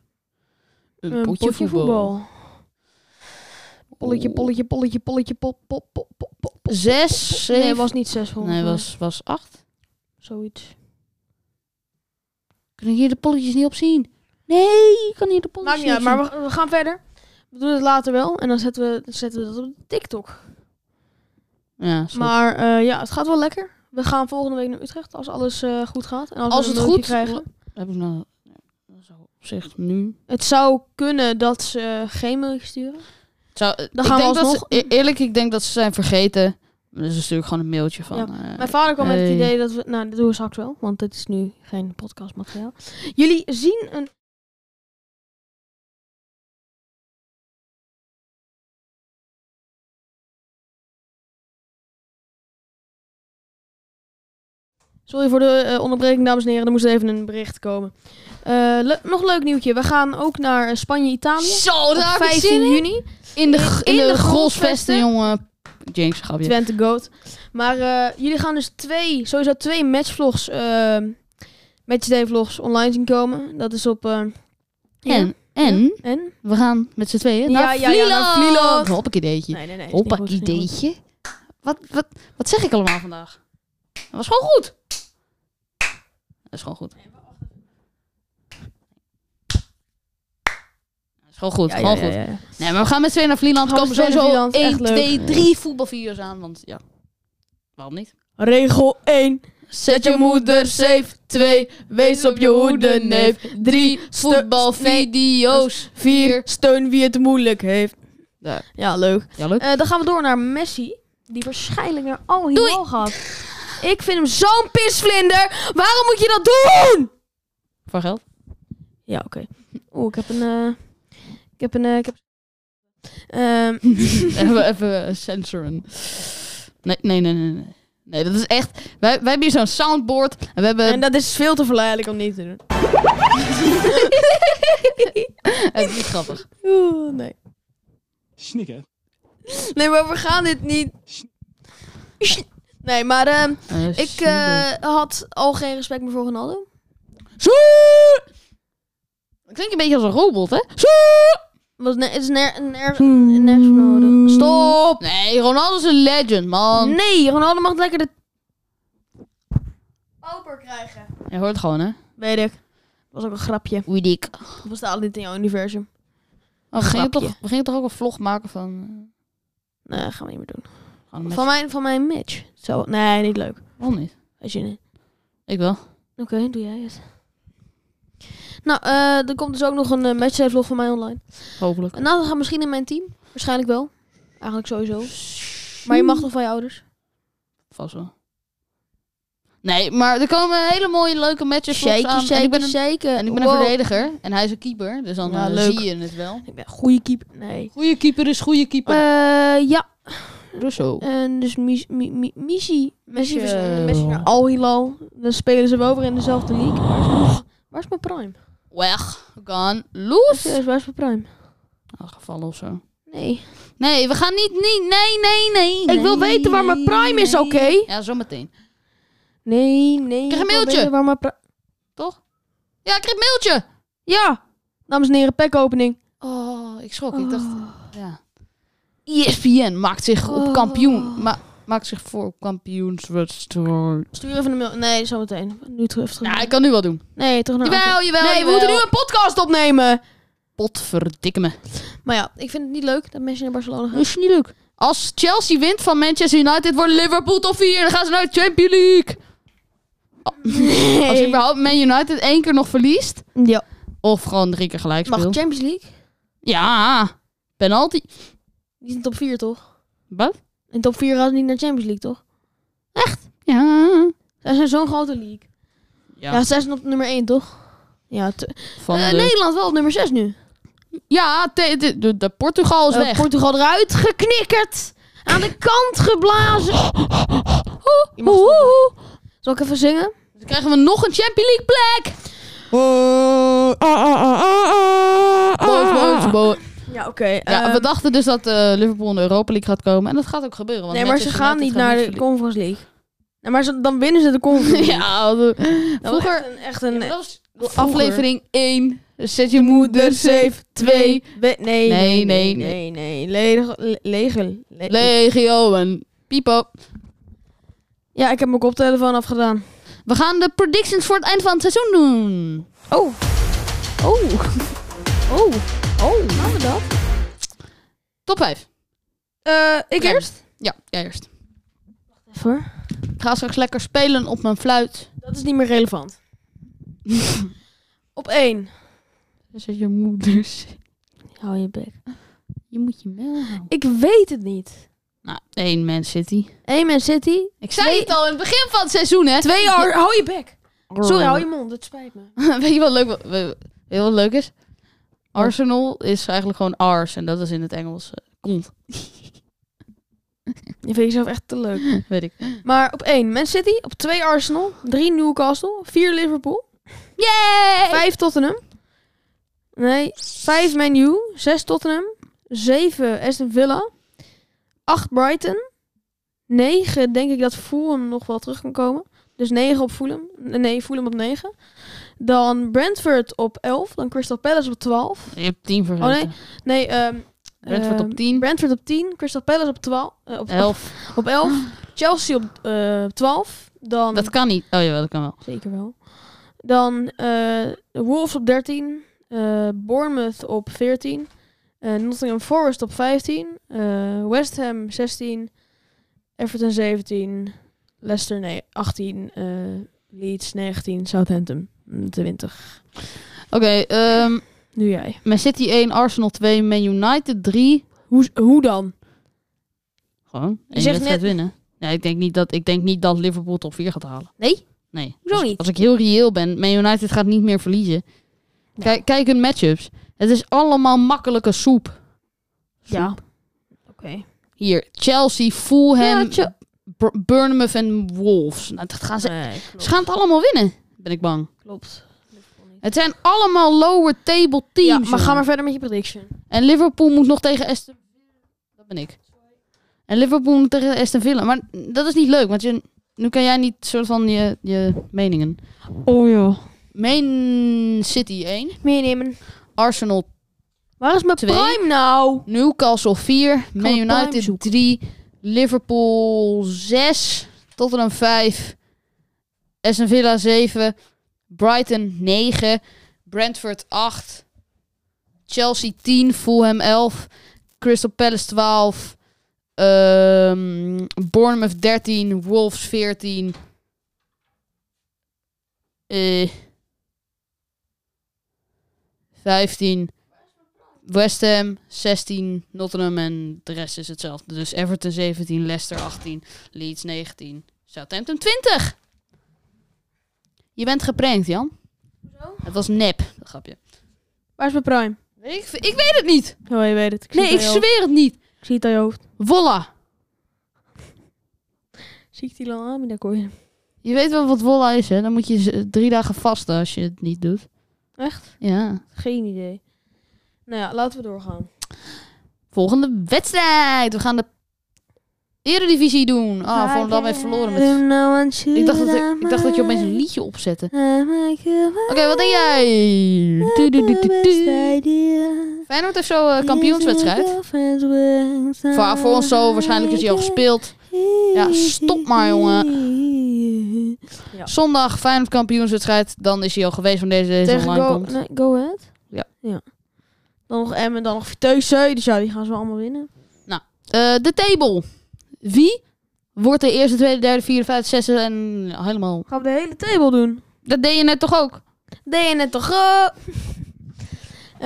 Speaker 2: Een,
Speaker 1: Een potje, voetbal. Polletje, polletje, polletje, polletje, pop, pop, pop, pop, pop. pop.
Speaker 2: Zes,
Speaker 1: Nee,
Speaker 2: zeven-
Speaker 1: het was niet zes volgens
Speaker 2: Nee,
Speaker 1: mij.
Speaker 2: was, was acht.
Speaker 1: Zoiets.
Speaker 2: Kunnen hier de polletjes niet op zien? Nee, ik kan hier de
Speaker 1: Maakt
Speaker 2: polletjes
Speaker 1: niet uit,
Speaker 2: niet op
Speaker 1: maar we, we gaan verder. We doen het later wel en dan zetten we, dan zetten we dat op TikTok.
Speaker 2: zien. Ja, is goed.
Speaker 1: Maar eh, ja, het gaat wel lekker. We gaan volgende week naar Utrecht als alles eh, goed gaat. En als,
Speaker 2: Als
Speaker 1: we
Speaker 2: het
Speaker 1: een mailtje
Speaker 2: goed-
Speaker 1: krijgen.
Speaker 2: Heb ik nou... ja, Zo op zich nu...
Speaker 1: Het zou kunnen dat ze eh, geen mailtje sturen.
Speaker 2: Zou,
Speaker 1: Dan
Speaker 2: Dan
Speaker 1: gaan
Speaker 2: gaan
Speaker 1: we
Speaker 2: denk dat
Speaker 1: alsnog-
Speaker 2: ze, e- eerlijk, ik denk dat ze zijn vergeten. Dus dan stuur ik gewoon een mailtje van...
Speaker 1: Ja,
Speaker 2: eh,
Speaker 1: Mijn vader kwam met het
Speaker 2: hey.
Speaker 1: idee dat we... Nou, dat doen we straks wel, want dit is nu geen podcastmateriaal. Jullie zien een Sorry voor de eh, onderbreking, dames en heren. Er moest even een bericht komen. Eh, le- nog een leuk nieuwtje. We gaan ook naar eh, Spanje-Italië.
Speaker 2: Zo,
Speaker 1: Op
Speaker 2: daar heb ik
Speaker 1: 15
Speaker 2: zin in.
Speaker 1: juni.
Speaker 2: In de, g- in
Speaker 1: in
Speaker 2: de,
Speaker 1: de grosvesten.
Speaker 2: grosvesten, jongen. James, grapje.
Speaker 1: Twente Goat. Maar eh, jullie gaan dus twee, sowieso twee matchvlogs, eh, matchday vlogs online zien komen. Dat is op... eh,
Speaker 2: En, en,
Speaker 1: En?
Speaker 2: we gaan met z'n tweeën
Speaker 1: Ja,
Speaker 2: naar
Speaker 1: ja, ja, naar Vlieland.
Speaker 2: Vlieland. Hoppakee deetje.
Speaker 1: Nee, nee, nee. is niet goed,
Speaker 2: Hoppakee
Speaker 1: is niet goed.
Speaker 2: deetje. Wat, wat, wat zeg ik allemaal vandaag? Dat was gewoon goed. Dat is gewoon goed. Dat is gewoon goed,
Speaker 1: Ja, ja,
Speaker 2: gewoon
Speaker 1: ja,
Speaker 2: goed.
Speaker 1: ja, ja.
Speaker 2: Nee, maar we gaan met z'n tweeën naar Vlieland.
Speaker 1: Gaan we
Speaker 2: Komen
Speaker 1: met z'n tweeën naar
Speaker 2: sowieso
Speaker 1: Vlieland,
Speaker 2: 1,
Speaker 1: echt leuk.
Speaker 2: 2, 3 voetbalvideo's aan. Want ja, waarom niet?
Speaker 1: Regel 1.
Speaker 2: Zet je moeder safe. 2, wees op je hoede, neef. 3, voetbalvideo's.
Speaker 1: 4. Steun wie het moeilijk heeft.
Speaker 2: Ja.
Speaker 1: Ja, leuk.
Speaker 2: Ja, leuk.
Speaker 1: Eh, dan gaan we door naar Messi. Die waarschijnlijk naar Al Hilal gaat. Ik vind hem zo'n pisvlinder. Waarom moet je dat doen?
Speaker 2: Voor geld.
Speaker 1: Ja, oké. Oeh, ik heb een... eh, ik heb een... eh, ik heb... Ehm,
Speaker 2: even, even censoren. Nee, nee, nee, nee. nee. Nee, dat is echt... Wij, wij hebben hier zo'n soundboard. En we hebben
Speaker 1: En dat is veel te verleidelijk om niet te doen.
Speaker 2: Het is Eh, niet grappig.
Speaker 1: Oeh, nee.
Speaker 3: Snikken.
Speaker 1: Nee, maar we gaan dit niet. Nee, maar ehm, ik eh, had al geen respect meer voor Ronaldo.
Speaker 2: Zo! Dat klinkt een beetje als een robot, hè? Zo!
Speaker 1: Was ne- is ner- ner- nergens voor
Speaker 2: Hmm.
Speaker 1: nodig. Mm. Stop!
Speaker 2: Stop! Nee, Ronaldo is een legend, man.
Speaker 1: Nee, Ronaldo mag lekker de. Pauper krijgen.
Speaker 2: Je hoort het gewoon, hè?
Speaker 1: Weet ik. Was ook een grapje.
Speaker 2: Wie dik.
Speaker 1: Dat bestaat niet in jouw universum.
Speaker 2: Oh, we, gingen
Speaker 1: Grapje.
Speaker 2: toch, we gingen toch ook een vlog maken van...
Speaker 1: Nee, gaan we niet meer doen.
Speaker 2: eh, gewoon een
Speaker 1: Van
Speaker 2: match?
Speaker 1: mijn, van mijn match. Zo, nee, niet leuk.
Speaker 2: Waarom niet?
Speaker 1: Als je niet.
Speaker 2: Ik wel.
Speaker 1: Oké, doe jij het. Nou, eh, er komt dus ook nog een match matchsave vlog van mij online.
Speaker 2: Hopelijk.
Speaker 1: En nou, dat gaat misschien in mijn team. Waarschijnlijk wel. Eigenlijk sowieso. Maar je mag toch van je ouders?
Speaker 2: Vast wel. Nee, maar er komen hele mooie leuke matches vlogs
Speaker 1: Zeker,
Speaker 2: aan. en ik ben
Speaker 1: zeker,
Speaker 2: een,
Speaker 1: zeker.
Speaker 2: en ik ben een verdediger. En hij is een keeper. Dus dan
Speaker 1: Ja,
Speaker 2: eh,
Speaker 1: leuk.
Speaker 2: zie je het wel.
Speaker 1: Ik ben een goede keeper. Nee.
Speaker 2: Goeie keeper is goede keeper.
Speaker 1: Eh, ja,
Speaker 2: dus zo.
Speaker 1: en dus Mis- Mi- Mi- Missie. Missie vers-
Speaker 2: Michel.
Speaker 1: Missie eh, naar Al Hilal. Dan spelen ze wel weer in dezelfde league. Waar is mijn, waar is mijn prime?
Speaker 2: Weg. Gone. Loose.
Speaker 1: Serieus, waar is mijn prime?
Speaker 2: Aangevallen Ah, of zo.
Speaker 1: Nee.
Speaker 2: Nee, we gaan niet, niet, nee, nee, nee. nee,
Speaker 1: wil weten waar mijn prime is,
Speaker 2: nee.
Speaker 1: oké?
Speaker 2: Ja, zometeen.
Speaker 1: Nee, nee.
Speaker 2: Krijg een
Speaker 1: ik wil
Speaker 2: mailtje.
Speaker 1: weten Waar mijn pri-
Speaker 2: Toch? Ja, ik kreeg een mailtje.
Speaker 1: ja, dames en heren, packopening.
Speaker 2: Oh, ik schrok.
Speaker 1: Ah.
Speaker 2: Ik dacht, ja. E ESPN maakt zich op
Speaker 1: Oh.
Speaker 2: kampioen. Ma maakt zich voor kampioenswedstrijd.
Speaker 1: Stuur even een mail. Nee, zometeen. Nu terug. terug.
Speaker 2: Ja, ik kan nu wel doen.
Speaker 1: Nee, terug naar
Speaker 2: Jawel, jawel,
Speaker 1: Nee, we moeten nu
Speaker 2: jawel.
Speaker 1: een podcast opnemen.
Speaker 2: Potverdikke me.
Speaker 1: Maar ja, ik vind het niet leuk dat mensen naar Barcelona gaan.
Speaker 2: Dat is niet leuk. Als Chelsea wint van Manchester United, wordt Liverpool top 4. Dan gaan ze naar de Champions League. Als überhaupt Man United één keer nog verliest.
Speaker 1: Ja.
Speaker 2: Of gewoon drie keer gelijk
Speaker 1: Mag
Speaker 2: speelt.
Speaker 1: Champions League?
Speaker 2: Ja, penalty.
Speaker 1: Die is in top 4, toch?
Speaker 2: Wat?
Speaker 1: In top 4 gaan ze niet naar Champions League, toch?
Speaker 2: Ja.
Speaker 1: Zij zijn zo'n grote league. Ja,
Speaker 2: Ja,
Speaker 1: zij zijn op nummer 1, toch? Ja, te-
Speaker 2: van
Speaker 1: Eh,
Speaker 2: de...
Speaker 1: Nederland wel op nummer 6 nu.
Speaker 2: ja te- de, de, de Portugal is
Speaker 1: Eh,
Speaker 2: weg.
Speaker 1: Portugal eruit geknikkerd. Aan de kant geblazen. Je mag stoppen. Zal ik even zingen?
Speaker 2: Dan krijgen we nog een Champions League plek.
Speaker 1: Oh,
Speaker 2: Boys, boys, boys.
Speaker 1: Ja, oké.
Speaker 2: Ja, we dachten dus dat eh, Liverpool in de Europa League gaat komen. En dat gaat ook gebeuren. Want
Speaker 1: nee, maar ze
Speaker 2: Manchester
Speaker 1: gaan niet
Speaker 2: United
Speaker 1: naar
Speaker 2: gaat
Speaker 1: de Conference League. Nee, maar ze- dan winnen ze de Conference League. Nou,
Speaker 2: Ja, dat-
Speaker 1: Dat was
Speaker 2: vroeger...
Speaker 1: echt een, echt een
Speaker 2: dat was
Speaker 1: Vroeger.
Speaker 2: aflevering 1. Zet je moeder safe. 2.
Speaker 1: We- nee,
Speaker 2: Nee, nee,
Speaker 1: nee, nee. Leger. le- leger le-
Speaker 2: Legio en Pipo.
Speaker 1: ja, ik heb mijn koptelefoon afgedaan.
Speaker 2: We gaan de predictions voor het eind van het seizoen doen.
Speaker 1: Oh. Oh. Oh. Oh. Gaan we dat?
Speaker 2: Top 5.
Speaker 1: Eh, ik
Speaker 2: Ja.
Speaker 1: eerst?
Speaker 2: Ja, jij eerst.
Speaker 1: Even.
Speaker 2: Ik ga straks lekker spelen op mijn fluit.
Speaker 1: Dat is niet meer relevant. Op één.
Speaker 2: Zet je moeder safe.
Speaker 1: Hou je bek.
Speaker 2: Je moet je mail houden.
Speaker 1: Ik weet het niet.
Speaker 2: Nou, één Man City.
Speaker 1: Eén Man City.
Speaker 2: Ik zei
Speaker 1: Twee-
Speaker 2: het al in het begin van het seizoen, hè?
Speaker 1: Twee
Speaker 2: Ja.
Speaker 1: hour. Hou je bek. Sorry, hou je mond. Het spijt me.
Speaker 2: Weet je wat leuk, wa- we- weet je wat leuk is? Arsenal is eigenlijk gewoon Ars en dat is in het Engels eh, kont.
Speaker 1: Je vindt jezelf echt te leuk.
Speaker 2: Weet ik.
Speaker 1: Maar op één Man City, op twee Arsenal, drie Newcastle, vier Liverpool,
Speaker 2: Yay!
Speaker 1: vijf Tottenham. Nee, vijf Man U, zes Tottenham, zeven Aston Villa, acht Brighton, negen denk ik dat Fulham nog wel terug kan komen. Dus negen op Fulham, nee Fulham op negen. Dan Brentford op elf, dan Crystal Palace op twaalf.
Speaker 2: Je hebt 10 voor.
Speaker 1: Oh, nee. Nee, ehm
Speaker 2: Brentford
Speaker 1: ehm,
Speaker 2: op 10.
Speaker 1: Brentford op 10, Crystal Palace op 12, eh, op,
Speaker 2: 11.
Speaker 1: op 11, Chelsea op eh, 12, dan
Speaker 2: Dat kan niet. Oh ja, dat kan wel.
Speaker 1: Zeker wel. Dan eh Wolves op 13. eh, Bournemouth op 14. eh, Nottingham Forest op 15. eh, West Ham 16. Everton 17. Leicester nee, 18. eh, Leeds 19. Southampton mm, 20.
Speaker 2: Oké, ehm,
Speaker 1: Nu jij.
Speaker 2: Man City 1, Arsenal 2, Man United 3.
Speaker 1: Hoe, hoe dan?
Speaker 2: Gewoon. En je
Speaker 1: zegt
Speaker 2: zegt net...
Speaker 1: net-
Speaker 2: winnen. Nee, ik denk, niet dat, ik denk niet dat Liverpool top 4 gaat halen.
Speaker 1: Nee?
Speaker 2: Nee.
Speaker 1: Hoezo
Speaker 2: Als-
Speaker 1: niet?
Speaker 2: Als ik heel reëel ben, Man United gaat niet meer verliezen. Kijk, kijk hun matchups. Het is allemaal makkelijke soep.
Speaker 1: Ja. Oké. Ehm,
Speaker 2: Hier, Chelsea, Fulham,
Speaker 1: Ja, Chel-
Speaker 2: Br- Bournemouth en Wolves. Nou, dat gaan ze,
Speaker 1: Nee,
Speaker 2: ze
Speaker 1: klopt.
Speaker 2: gaan het allemaal winnen, ben ik bang.
Speaker 1: klopt. Liverpool niet.
Speaker 2: Het zijn allemaal lower table
Speaker 1: Ja,
Speaker 2: teams.
Speaker 1: maar ga
Speaker 2: jongen.
Speaker 1: maar verder met je prediction.
Speaker 2: En Liverpool moet nog tegen Aston Dat ben ik. En Liverpool moet tegen Aston Villa. Maar dat is niet leuk, want je, nu kan jij niet soort van je, je meningen.
Speaker 1: Oh joh.
Speaker 2: Main City 1,
Speaker 1: Meenemen.
Speaker 2: Arsenal
Speaker 1: Waar is mijn
Speaker 2: Twee.
Speaker 1: prime nou?
Speaker 2: Newcastle 4, Man
Speaker 1: het Prime
Speaker 2: United
Speaker 1: zoeken.
Speaker 2: 3, Liverpool 6, Tottenham 5, Aston Villa 7, Brighton 9, Brentford 8, Chelsea 10, Fulham 11, Crystal Palace 12, ehm, Bournemouth 13, Wolves 14. eh, 15. West Ham 16, Nottingham en de rest is hetzelfde. Dus Everton 17, Leicester 18, Leeds 19, Southampton 20. Je bent geprankt, Jan.
Speaker 1: Hoezo?
Speaker 2: Het was nep, dat grapje.
Speaker 1: Waar is mijn prime?
Speaker 2: Ik, ik weet het niet.
Speaker 1: Oh, je weet het. Ik zie
Speaker 2: Nee,
Speaker 1: het
Speaker 2: ik
Speaker 1: aan je hoofd.
Speaker 2: zweer het niet.
Speaker 1: Ik zie het aan je hoofd.
Speaker 2: Wolla.
Speaker 1: Zie ik die lang aan? Daar kon je.
Speaker 2: Je weet wel wat wolla is, hè? Dan moet je z- drie dagen vasten als je het niet doet.
Speaker 1: Echt?
Speaker 2: Ja.
Speaker 1: Geen idee. Nou ja, laten we doorgaan.
Speaker 2: Volgende wedstrijd. We gaan de Eredivisie doen. Ah, Volendam heeft verloren met...
Speaker 1: nou,
Speaker 2: Ik dacht, dat er- ik dacht dat je opeens een liedje opzette. Oké, wat denk jij? Du- du- du- du- du. Feyenoord heeft zo eh, kampioenswedstrijd. Voor, voor ons zo, waarschijnlijk is die al gespeeld. Ja, stop maar, jongen.
Speaker 1: Ja.
Speaker 2: Zondag Feyenoord kampioenswedstrijd. Dan is hij al geweest van deze, deze
Speaker 1: Tegen
Speaker 2: online
Speaker 1: go,
Speaker 2: komt.
Speaker 1: nee, go Ahead?
Speaker 2: Ja.
Speaker 1: ja. Dan nog Emmen, dan nog Vitesse. Dus ja, die gaan ze wel allemaal winnen.
Speaker 2: Eh, de table. Wie wordt de eerste, tweede, derde, vierde, vijfde, zesde en ja, helemaal...
Speaker 1: Gaan we de hele table doen.
Speaker 2: Dat deed je net toch ook?
Speaker 1: Deed je net toch? eh?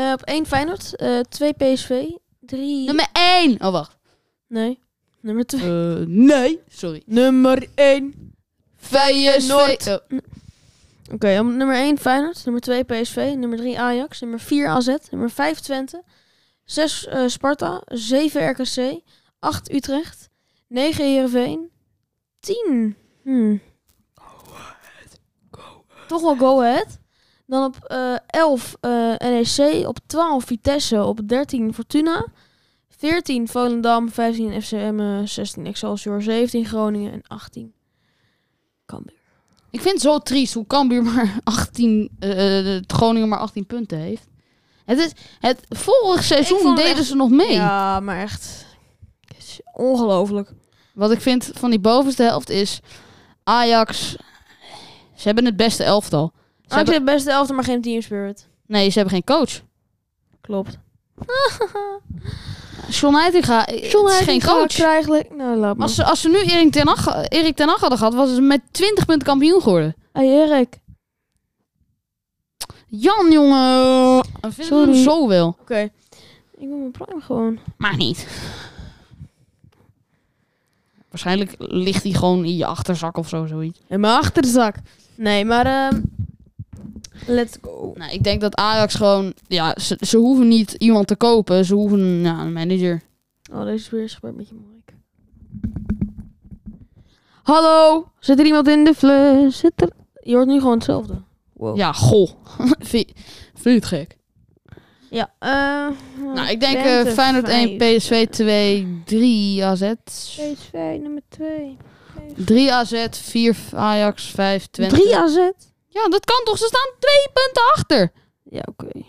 Speaker 1: Eh, op 1 Feyenoord, 2 PSV, 3...
Speaker 2: Nummer één. Oh, wacht.
Speaker 1: Nee, nummer 2.
Speaker 2: Eh, nee. Sorry.
Speaker 1: Nummer 1.
Speaker 2: Feyenoord.
Speaker 1: Feyenoord.
Speaker 2: Oh,
Speaker 1: Oké, op nummer 1 Feyenoord, nummer 2 PSV, nummer 3 Ajax, nummer 4 AZ, nummer 5 Twente, 6 eh, Sparta, 7 RKC, 8 Utrecht, 9 Heerenveen, 10. Hmm. Toch wel go ahead. Dan op eh 11 eh, NEC, op 12 Vitesse, op 13 Fortuna, 14 Volendam, 15 FCM, 16 eh, Excelsior, 17 Groningen en 18 Cambuur.
Speaker 2: Ik vind het zo triest hoe Cambuur maar 18, eh, eh, Groningen maar 18 punten heeft. Het is, het, vorig
Speaker 1: vond
Speaker 2: seizoen
Speaker 1: het
Speaker 2: deden
Speaker 1: echt-
Speaker 2: ze nog mee.
Speaker 1: Ja, maar echt. Het is ongelooflijk.
Speaker 2: Wat ik vind van die bovenste helft is Ajax. Ze hebben het beste elftal. Ze
Speaker 1: Ah, Ze
Speaker 2: hebben,
Speaker 1: hebben best de elfde, maar geen team spirit.
Speaker 2: nee, ze hebben geen coach.
Speaker 1: Klopt.
Speaker 2: John Heitinga eh, het is geen coach.
Speaker 1: Krijgelijk. Nou, laat maar.
Speaker 2: Als ze, als ze nu Erik ten, Hag, Erik ten Hag hadden gehad, was ze met 20 punten kampioen geworden.
Speaker 1: Hey, Erik.
Speaker 2: Jan, jongen. Ik vind
Speaker 1: Sorry.
Speaker 2: hem zo wel.
Speaker 1: Oké. Ik wil mijn prime gewoon.
Speaker 2: Maar niet. Waarschijnlijk ligt hij gewoon in je achterzak of zo, zoiets.
Speaker 1: In mijn achterzak. Nee, maar... ehm, let's go.
Speaker 2: Nou, ik denk dat Ajax gewoon... Ja, ze, ze hoeven niet iemand te kopen. Ze hoeven ja, een manager.
Speaker 1: Oh, deze is weer gebeurd met je mic. Hallo? Zit er iemand in de fles? Zit er... Je hoort nu gewoon hetzelfde. Wow.
Speaker 2: Ja, goh. Oh. vind, je- vind je het gek?
Speaker 1: Ja, eh,
Speaker 2: Nou, ik denk eh,
Speaker 1: Twente
Speaker 2: Feyenoord 1,
Speaker 1: vijf.
Speaker 2: PSV 2, 3 AZ.
Speaker 1: PSV nummer 2.
Speaker 2: 3 AZ, 4 Ajax, 5 Twente.
Speaker 1: 3 AZ.
Speaker 2: Ja, dat kan toch? Ze staan twee punten achter.
Speaker 1: Ja, oké.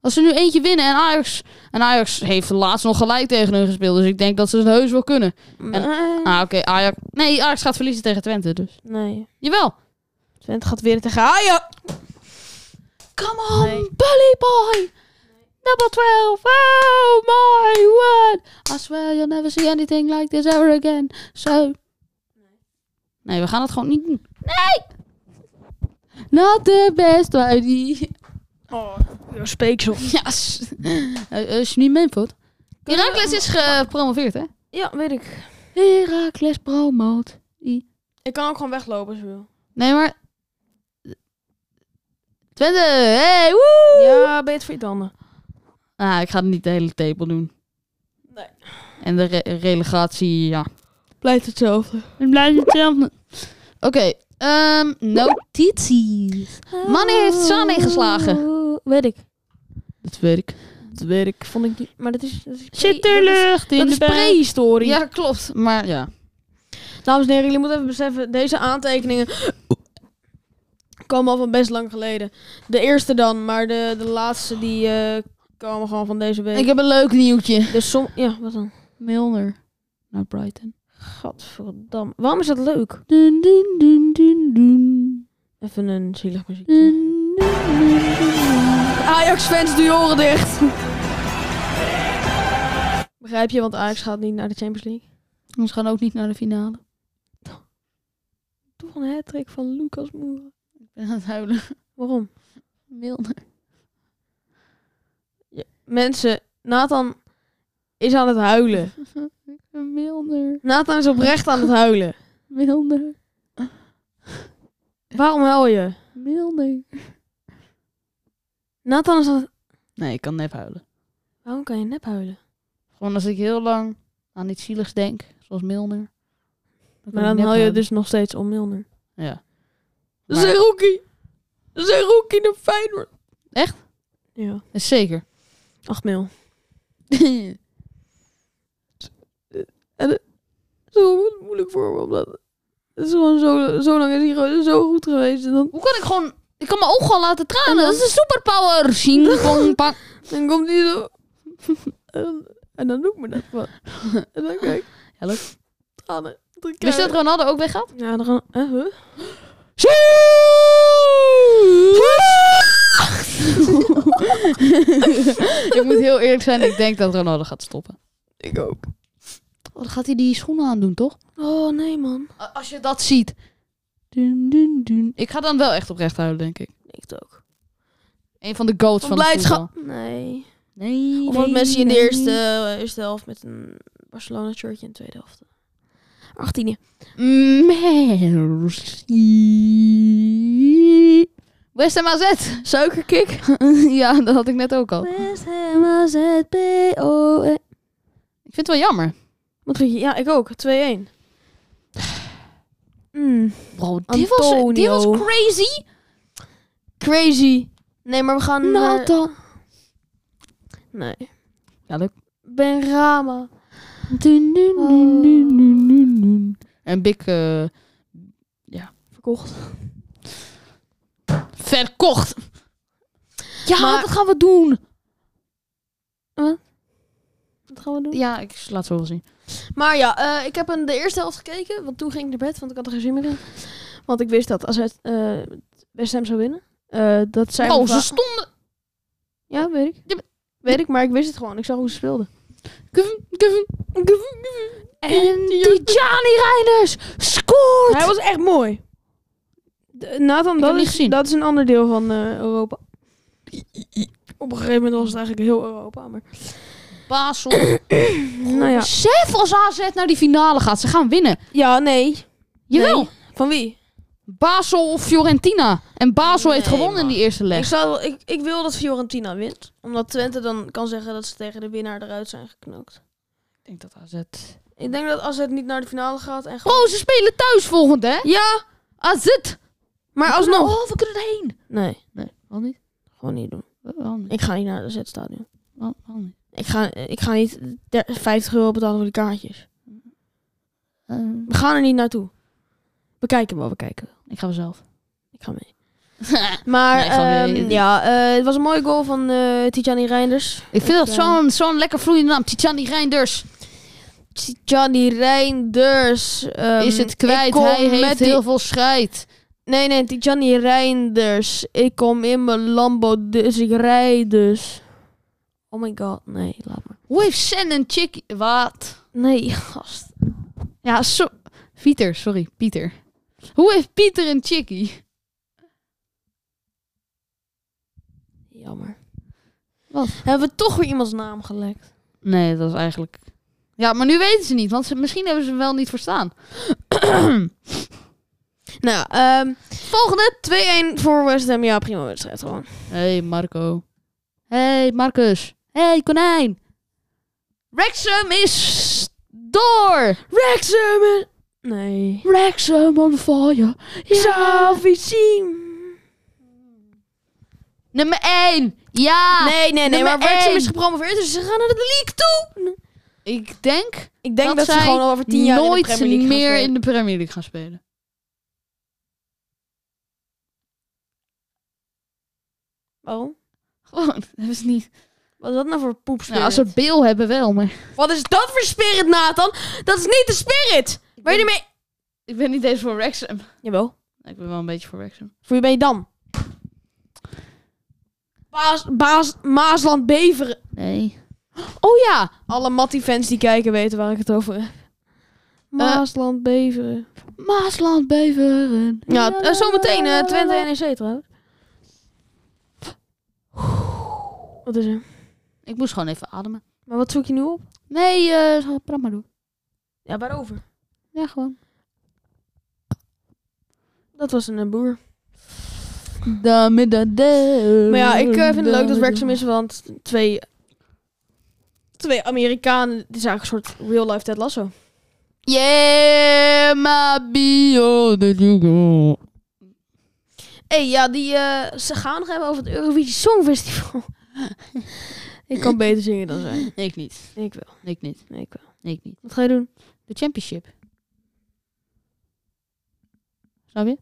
Speaker 2: Als ze nu eentje winnen en Ajax... En Ajax heeft laatst nog gelijk tegen hun gespeeld. Dus ik denk dat ze het heus wel kunnen.
Speaker 1: Eh,
Speaker 2: Ah, oké. Ajax... Nee, Ajax gaat verliezen tegen Twente, dus.
Speaker 1: Nee.
Speaker 2: Jawel.
Speaker 1: Twente gaat weer tegen Ajax.
Speaker 2: Come on,
Speaker 1: Nee.
Speaker 2: bully boy. Number 12. Oh my word. I swear you'll never see anything like this ever again. So. Nee, we gaan het gewoon niet doen. Nee! Not the best idea.
Speaker 1: Oh, speeksel.
Speaker 2: Ja, s- Eh, eh, Sneem Manford. Heracles is gepromoveerd, hè?
Speaker 1: Ja, weet ik.
Speaker 2: Heracles promoot.
Speaker 1: Ik kan ook gewoon weglopen als je wil.
Speaker 2: Nee, maar... Twente, hey, woe!
Speaker 1: Ja, beter voor je tanden.
Speaker 2: Nou Ah, ik ga niet de hele table doen.
Speaker 1: Nee.
Speaker 2: En de re- relegatie, ja.
Speaker 1: Blijft hetzelfde.
Speaker 2: Het blijft hetzelfde. Oké, ehm, notities. Wanneer heeft Sané geslagen?
Speaker 1: Weet ik.
Speaker 2: Dat weet ik. Dat weet ik.
Speaker 1: Vond ik niet. Maar dat is. Dat is
Speaker 2: Zit
Speaker 1: pre-
Speaker 2: er
Speaker 1: dat is-
Speaker 2: lucht in
Speaker 1: Dat
Speaker 2: de
Speaker 1: is
Speaker 2: buik?
Speaker 1: prehistorie.
Speaker 2: Ja, klopt. Maar ja.
Speaker 1: Dames en heren, jullie moeten even beseffen, deze aantekeningen komen al van best lang geleden. De eerste dan, maar de, de laatste die eh, komen gewoon van deze week.
Speaker 2: Ik heb een leuk nieuwtje.
Speaker 1: Dus som... Ja, wat dan?
Speaker 2: Milner naar Brighton.
Speaker 1: Gadverdamme. Waarom is dat leuk?
Speaker 2: Dun, dun, dun, dun, dun.
Speaker 1: Even een zielig muziekje.
Speaker 2: Dun, dun, dun, dun.
Speaker 1: Ajax-fans, doe je oren dicht! Begrijp je, want Ajax gaat niet naar de Champions League.
Speaker 2: Ons gaan ook niet naar de finale.
Speaker 1: Toch een hat van Lucas Moura.
Speaker 2: Ik ben aan het huilen.
Speaker 1: Waarom?
Speaker 2: Milner.
Speaker 1: Mensen, Nathan is aan het huilen.
Speaker 2: Milner.
Speaker 1: Nathan is oprecht aan het huilen.
Speaker 2: Milner.
Speaker 1: Waarom huil je?
Speaker 2: Milner.
Speaker 1: Nathan is aan het
Speaker 2: Nee, ik kan nep huilen.
Speaker 1: Waarom kan je nep huilen?
Speaker 2: Gewoon als ik heel lang aan iets zieligs denk, zoals Milner. kan
Speaker 1: Maar
Speaker 2: ik
Speaker 1: dan
Speaker 2: nep
Speaker 1: haal je
Speaker 2: huilen.
Speaker 1: dus nog steeds om Milner.
Speaker 2: Ja.
Speaker 1: Dat is een rookie. Dat is een rookie naar Feyenoord.
Speaker 2: Echt?
Speaker 1: Ja.
Speaker 2: Maar- Zeker.
Speaker 1: 8 mil. Zo moeilijk voor me, omdat... Het is gewoon zo, zo lang is hij gewoon zo goed geweest. En dan,
Speaker 2: Hoe kan ik gewoon... Ik kan mijn ogen gewoon laten tranen.
Speaker 1: En dan-
Speaker 2: Dat is een superpower. Sing, pong, pak.
Speaker 1: dan komt hij zo... en, en dan doe ik me dat van. En dan kijk ik...
Speaker 2: Hello.
Speaker 1: Tranen. Dan
Speaker 2: Wist je
Speaker 1: kijk
Speaker 2: dat Ronaldo ook weggaat?
Speaker 1: ik- Ja, dan gaan... eh, huh?
Speaker 2: ik moet heel eerlijk zijn. Ik denk dat Ronaldo gaat stoppen.
Speaker 1: Ik ook.
Speaker 2: Wat Oh, gaat hij die schoenen aandoen, toch?
Speaker 1: Oh, nee, man.
Speaker 2: A- Als je dat ziet. Dun, dun, dun. Ik ga dan wel echt oprecht houden, denk ik.
Speaker 1: Ik het ook.
Speaker 2: Een van de goats van,
Speaker 1: Van blijdschap. Nee.
Speaker 2: de voetbal. Nee,
Speaker 1: Of wat
Speaker 2: nee,
Speaker 1: Messi in de
Speaker 2: nee.
Speaker 1: eerste, eh, eerste helft met een Barcelona shirtje in de tweede helft. 18e.
Speaker 2: Messi. West Ham AZ.
Speaker 1: Suikerkick.
Speaker 2: ja, dat had ik net ook al.
Speaker 1: West Ham AZPO.
Speaker 2: Ik vind het wel jammer.
Speaker 1: Wat vind je? Ja, ik ook. 2-1. Mm,
Speaker 2: Bro, dit was, dit was
Speaker 1: Antonio.
Speaker 2: crazy.
Speaker 1: Crazy. Nee, maar we gaan naar...
Speaker 2: Nathan.
Speaker 1: Nee.
Speaker 2: Ja, leuk.
Speaker 1: Ben Rama.
Speaker 2: Dun, dun, dun, dun, dun, dun, dun. Oh. En Big eh,
Speaker 1: Verkocht.
Speaker 2: verkocht. Ja,
Speaker 1: Maar-
Speaker 2: wat gaan we doen?
Speaker 1: Wat gaan we doen?
Speaker 2: Ja, ik laat zo wel zien.
Speaker 1: Maar ja, eh, ik heb een, de eerste helft gekeken. Want toen ging ik naar bed, want ik had er geen zin meer in. Want ik wist dat als het eh West Ham zou winnen... eh, dat zij...
Speaker 2: Oh,
Speaker 1: me
Speaker 2: ze
Speaker 1: wa-
Speaker 2: stonden...
Speaker 1: Ja, weet ik.
Speaker 2: Ja, maar-
Speaker 1: Weet ik, maar ik wist het gewoon. Ik zag hoe ze speelden.
Speaker 2: En die Gianni Reinders scoort!
Speaker 1: Hij was echt mooi. De- Nathan,
Speaker 2: Ik
Speaker 1: dat
Speaker 2: heb niet
Speaker 1: is,
Speaker 2: gezien.
Speaker 1: dat is een ander deel van eh, Europa. Op een gegeven moment was het eigenlijk heel Europa. Maar...
Speaker 2: Basel.
Speaker 1: Nou ja.
Speaker 2: Besef als AZ naar die finale gaat. Ze gaan winnen.
Speaker 1: ja, nee.
Speaker 2: Jawel.
Speaker 1: Van wie?
Speaker 2: Basel of Fiorentina. En Basel heeft
Speaker 1: Nee,
Speaker 2: gewonnen in
Speaker 1: man.
Speaker 2: die eerste
Speaker 1: Ik,
Speaker 2: leg.
Speaker 1: zou, wel- ik, ik wil dat Fiorentina wint. Omdat Twente dan kan zeggen dat ze tegen de winnaar eruit zijn geknokt.
Speaker 2: Ik denk dat AZ...
Speaker 1: Ik denk dat als het niet naar de finale gaat en gewoon...
Speaker 2: Oh, ze spelen thuis volgend, hè?
Speaker 1: Ja,
Speaker 2: AZ!
Speaker 1: maar alsnog.
Speaker 2: Oh, we kunnen erheen.
Speaker 1: Nee,
Speaker 2: Nee, waarom niet?
Speaker 1: gewoon niet doen.
Speaker 2: Waarom niet?
Speaker 1: Ik ga niet naar de Z-stadion.
Speaker 2: Waarom waarom niet?
Speaker 1: Ik ga, ik ga niet der- 50 euro betalen voor die kaartjes.
Speaker 2: Eh,
Speaker 1: We gaan er niet naartoe. We kijken wel, we kijken wel.
Speaker 2: ik ga wel zelf.
Speaker 1: Ik ga mee. Maar
Speaker 2: Nee, gewoon,
Speaker 1: ehm,
Speaker 2: eh,
Speaker 1: ja, eh, het was een mooie goal van eh Tijani Reinders.
Speaker 2: ik vind dat
Speaker 1: eh,
Speaker 2: zo'n zo'n lekker vloeiende naam. Tijani Reinders.
Speaker 1: Tijani Reinders. ehm,
Speaker 2: is het
Speaker 1: ik
Speaker 2: kwijt.
Speaker 1: kom
Speaker 2: Hij
Speaker 1: met
Speaker 2: heeft
Speaker 1: die-
Speaker 2: heel veel scheid.
Speaker 1: Nee, nee, Tijani Reinders. Ik kom in mijn Lambo, dus ik rijd dus. Oh my god, nee, laat maar.
Speaker 2: Hoe heeft Sen en Chick... Wat?
Speaker 1: Nee, gast.
Speaker 2: Ja, zo... Pieter, sorry, Pieter. Hoe heeft Pieter een chickie?
Speaker 1: Jammer.
Speaker 2: Wat?
Speaker 1: Hebben we toch weer iemands naam gelekt?
Speaker 2: Nee, dat is eigenlijk... Ja, maar nu weten ze niet, want ze, misschien hebben ze hem wel niet verstaan.
Speaker 1: Nou, ehm
Speaker 2: Volgende!
Speaker 1: 2-1 voor West Ham. Ja, prima wedstrijd gewoon.
Speaker 2: Hey Marco. Hey Marcus. Hey konijn. Wrexham is door.
Speaker 1: Wrexham is- Nee.
Speaker 2: Wrexham on fire. Ja.
Speaker 1: zien.
Speaker 2: Nummer 1. Ja.
Speaker 1: Nee, nee, nee.
Speaker 2: Ah, nummer
Speaker 1: Maar Wrexham
Speaker 2: één.
Speaker 1: is gepromoveerd, dus ze gaan naar de league toe.
Speaker 2: Ik denk
Speaker 1: Ik denk dat,
Speaker 2: dat
Speaker 1: ze
Speaker 2: zij
Speaker 1: gewoon al over tien jaar in de
Speaker 2: nooit
Speaker 1: Premier League gaan
Speaker 2: meer
Speaker 1: spelen.
Speaker 2: in de Premier League gaan spelen.
Speaker 1: Waarom?
Speaker 2: Gewoon, dat is niet.
Speaker 1: Oh, Wat is dat nou voor poepspirit?
Speaker 2: Nou, als ze Bill hebben wel, maar
Speaker 1: Wat is dat voor spirit, Nathan? Dat is niet de spirit! Ben je ermee...
Speaker 2: ik ben niet eens voor Wrexham.
Speaker 1: Jawel.
Speaker 2: Ik ben wel een beetje voor Wrexham.
Speaker 1: Voor wie ben je dan? Baas, baas, Maasland Beveren.
Speaker 2: Nee. Oh ja,
Speaker 1: Alle Mattie-fans die kijken weten waar ik het over heb. Maasland Beveren.
Speaker 2: Maasland Beveren.
Speaker 1: Ja, eh, zometeen eh, Twente NEC trouwens. Wat is er?
Speaker 2: Ik moest gewoon even ademen.
Speaker 1: Maar wat zoek je nu op?
Speaker 2: Nee, eh praat maar door.
Speaker 1: Ja, waarover?
Speaker 2: Ja, gewoon.
Speaker 1: Dat was een eh, boer.
Speaker 2: Maar
Speaker 1: Maar ja, ik eh, vind het leuk dat Wrexham is, want twee... Twee Amerikanen, het is eigenlijk een soort real-life Ted Lasso.
Speaker 2: Yeah, my bio.
Speaker 1: Hé, hey, ja, die, eh, ze gaan nog hebben over het Eurovisie Songfestival. ik kan beter zingen dan zij.
Speaker 2: Ik niet.
Speaker 1: Ik wel,
Speaker 2: Ik niet.
Speaker 1: nee, ik wel.
Speaker 2: Ik niet.
Speaker 1: Wat ga je doen?
Speaker 2: De championship. Snap je?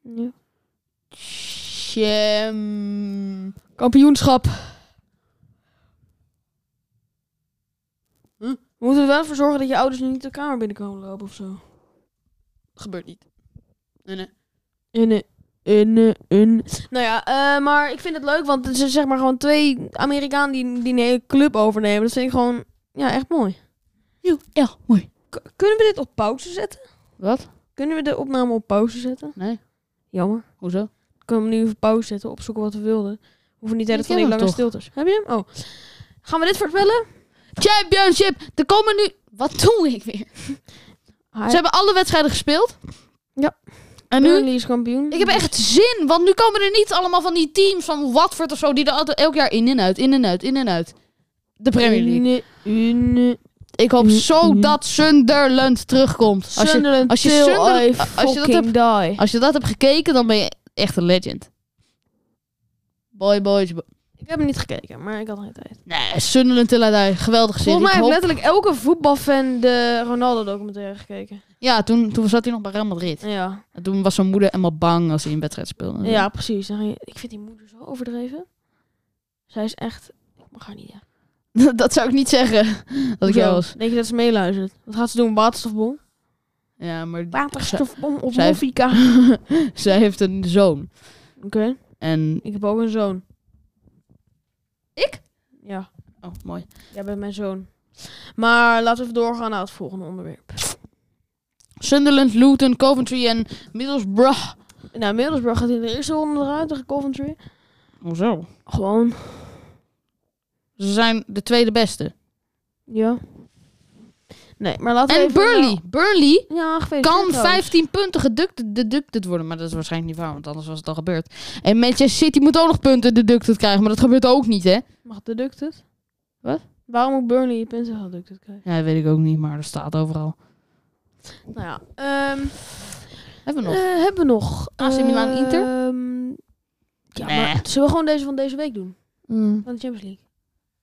Speaker 1: Ja.
Speaker 2: Cham...
Speaker 1: Kampioenschap.
Speaker 2: Hm?
Speaker 1: We moeten er wel voor zorgen dat je ouders nu niet de kamer binnenkomen lopen of zo.
Speaker 2: Gebeurt niet. Nee, nee.
Speaker 1: In, in, in. Nou ja, eh, maar ik vind het leuk, want het zijn zeg maar gewoon twee Amerikanen die, die een hele club overnemen. Dat vind ik gewoon, ja, echt mooi.
Speaker 2: Ja, mooi.
Speaker 1: K- kunnen we dit op pauze zetten?
Speaker 2: Wat?
Speaker 1: Kunnen we de opname op pauze zetten?
Speaker 2: Nee.
Speaker 1: Jammer.
Speaker 2: Hoezo?
Speaker 1: Ik kan hem nu even pauze zetten, opzoeken wat we wilden. Hoeven niet tijdens
Speaker 2: Ik
Speaker 1: van die
Speaker 2: heb hem
Speaker 1: lange stiltes. Heb je hem? Oh. Gaan we dit voorspellen?
Speaker 2: Championship! Er komen nu... Wat doe ik weer? Ze hebben alle wedstrijden gespeeld.
Speaker 1: Ja.
Speaker 2: En nu?
Speaker 1: Burnley is kampioen.
Speaker 2: Ik heb echt zin, want nu komen er niet allemaal van die teams van Watford of zo, die er altijd elk jaar in en uit, in en uit, in en uit. De Premier League.
Speaker 1: Une, une,
Speaker 2: Ik hoop zo dat Sunderland terugkomt. Als je,
Speaker 1: Mm. Sunderland
Speaker 2: als je
Speaker 1: till
Speaker 2: Sunderland-
Speaker 1: I
Speaker 2: als je dat
Speaker 1: fucking die.
Speaker 2: als je dat hebt gekeken, dan ben je echt een legend. Boy, boys. bo-
Speaker 1: Ik heb hem niet gekeken, maar ik had geen tijd.
Speaker 2: Nee, Sunderland till I die. Geweldige serie.
Speaker 1: Volgens mij
Speaker 2: Ik
Speaker 1: heeft
Speaker 2: hoop-
Speaker 1: letterlijk elke voetbalfan de Ronaldo-documentaire gekeken.
Speaker 2: Ja, toen, toen zat hij nog bij Real Madrid.
Speaker 1: Ja,
Speaker 2: En toen was zijn moeder helemaal bang als hij een wedstrijd speelde.
Speaker 1: ja precies. Dan ga je- Ik vind die moeder zo overdreven. Zij is echt... Ik mag haar niet, ja.
Speaker 2: dat zou ik niet zeggen. Dat ik
Speaker 1: Hoezo?
Speaker 2: jou was.
Speaker 1: Denk je dat ze meeluistert? Wat gaat ze doen? Waterstofbom?
Speaker 2: Ja, maar
Speaker 1: Waterstofbom op
Speaker 2: zij-
Speaker 1: Movika.
Speaker 2: zij heeft een zoon.
Speaker 1: Oké,
Speaker 2: En
Speaker 1: ik heb ook een zoon.
Speaker 2: ik?
Speaker 1: Ja,
Speaker 2: Oh, mooi.
Speaker 1: jij bent mijn zoon. Maar laten we even doorgaan naar het volgende onderwerp.
Speaker 2: Sunderland, Luton, Coventry en Middlesbrough.
Speaker 1: Nou, Middlesbrough gaat in de eerste ronde eruit tegen Coventry.
Speaker 2: Hoezo?
Speaker 1: Gewoon,
Speaker 2: Ze zijn de tweede beste.
Speaker 1: ja. Nee, maar laten we
Speaker 2: En
Speaker 1: even
Speaker 2: Burnley. Burnley
Speaker 1: naar- Ja, gefeliciteerd
Speaker 2: kan
Speaker 1: trouwens.
Speaker 2: 15 punten geducted, deducted worden. Maar dat is waarschijnlijk niet waar, want anders was het al gebeurd. En Manchester City moet ook nog punten deducted krijgen. Maar dat gebeurt ook niet, hè?
Speaker 1: Mag deducted?
Speaker 2: Wat?
Speaker 1: Waarom moet Burnley je punten geducted krijgen?
Speaker 2: Ja, dat weet ik ook niet, maar dat staat overal.
Speaker 1: Nou ja, ehm,
Speaker 2: Hebben we nog?
Speaker 1: eh, hebben we nog.
Speaker 2: AC Milan, Inter?
Speaker 1: Ehm, ja,
Speaker 2: Nee.
Speaker 1: maar zullen we gewoon deze van deze week doen?
Speaker 2: Mm.
Speaker 1: Van de Champions League?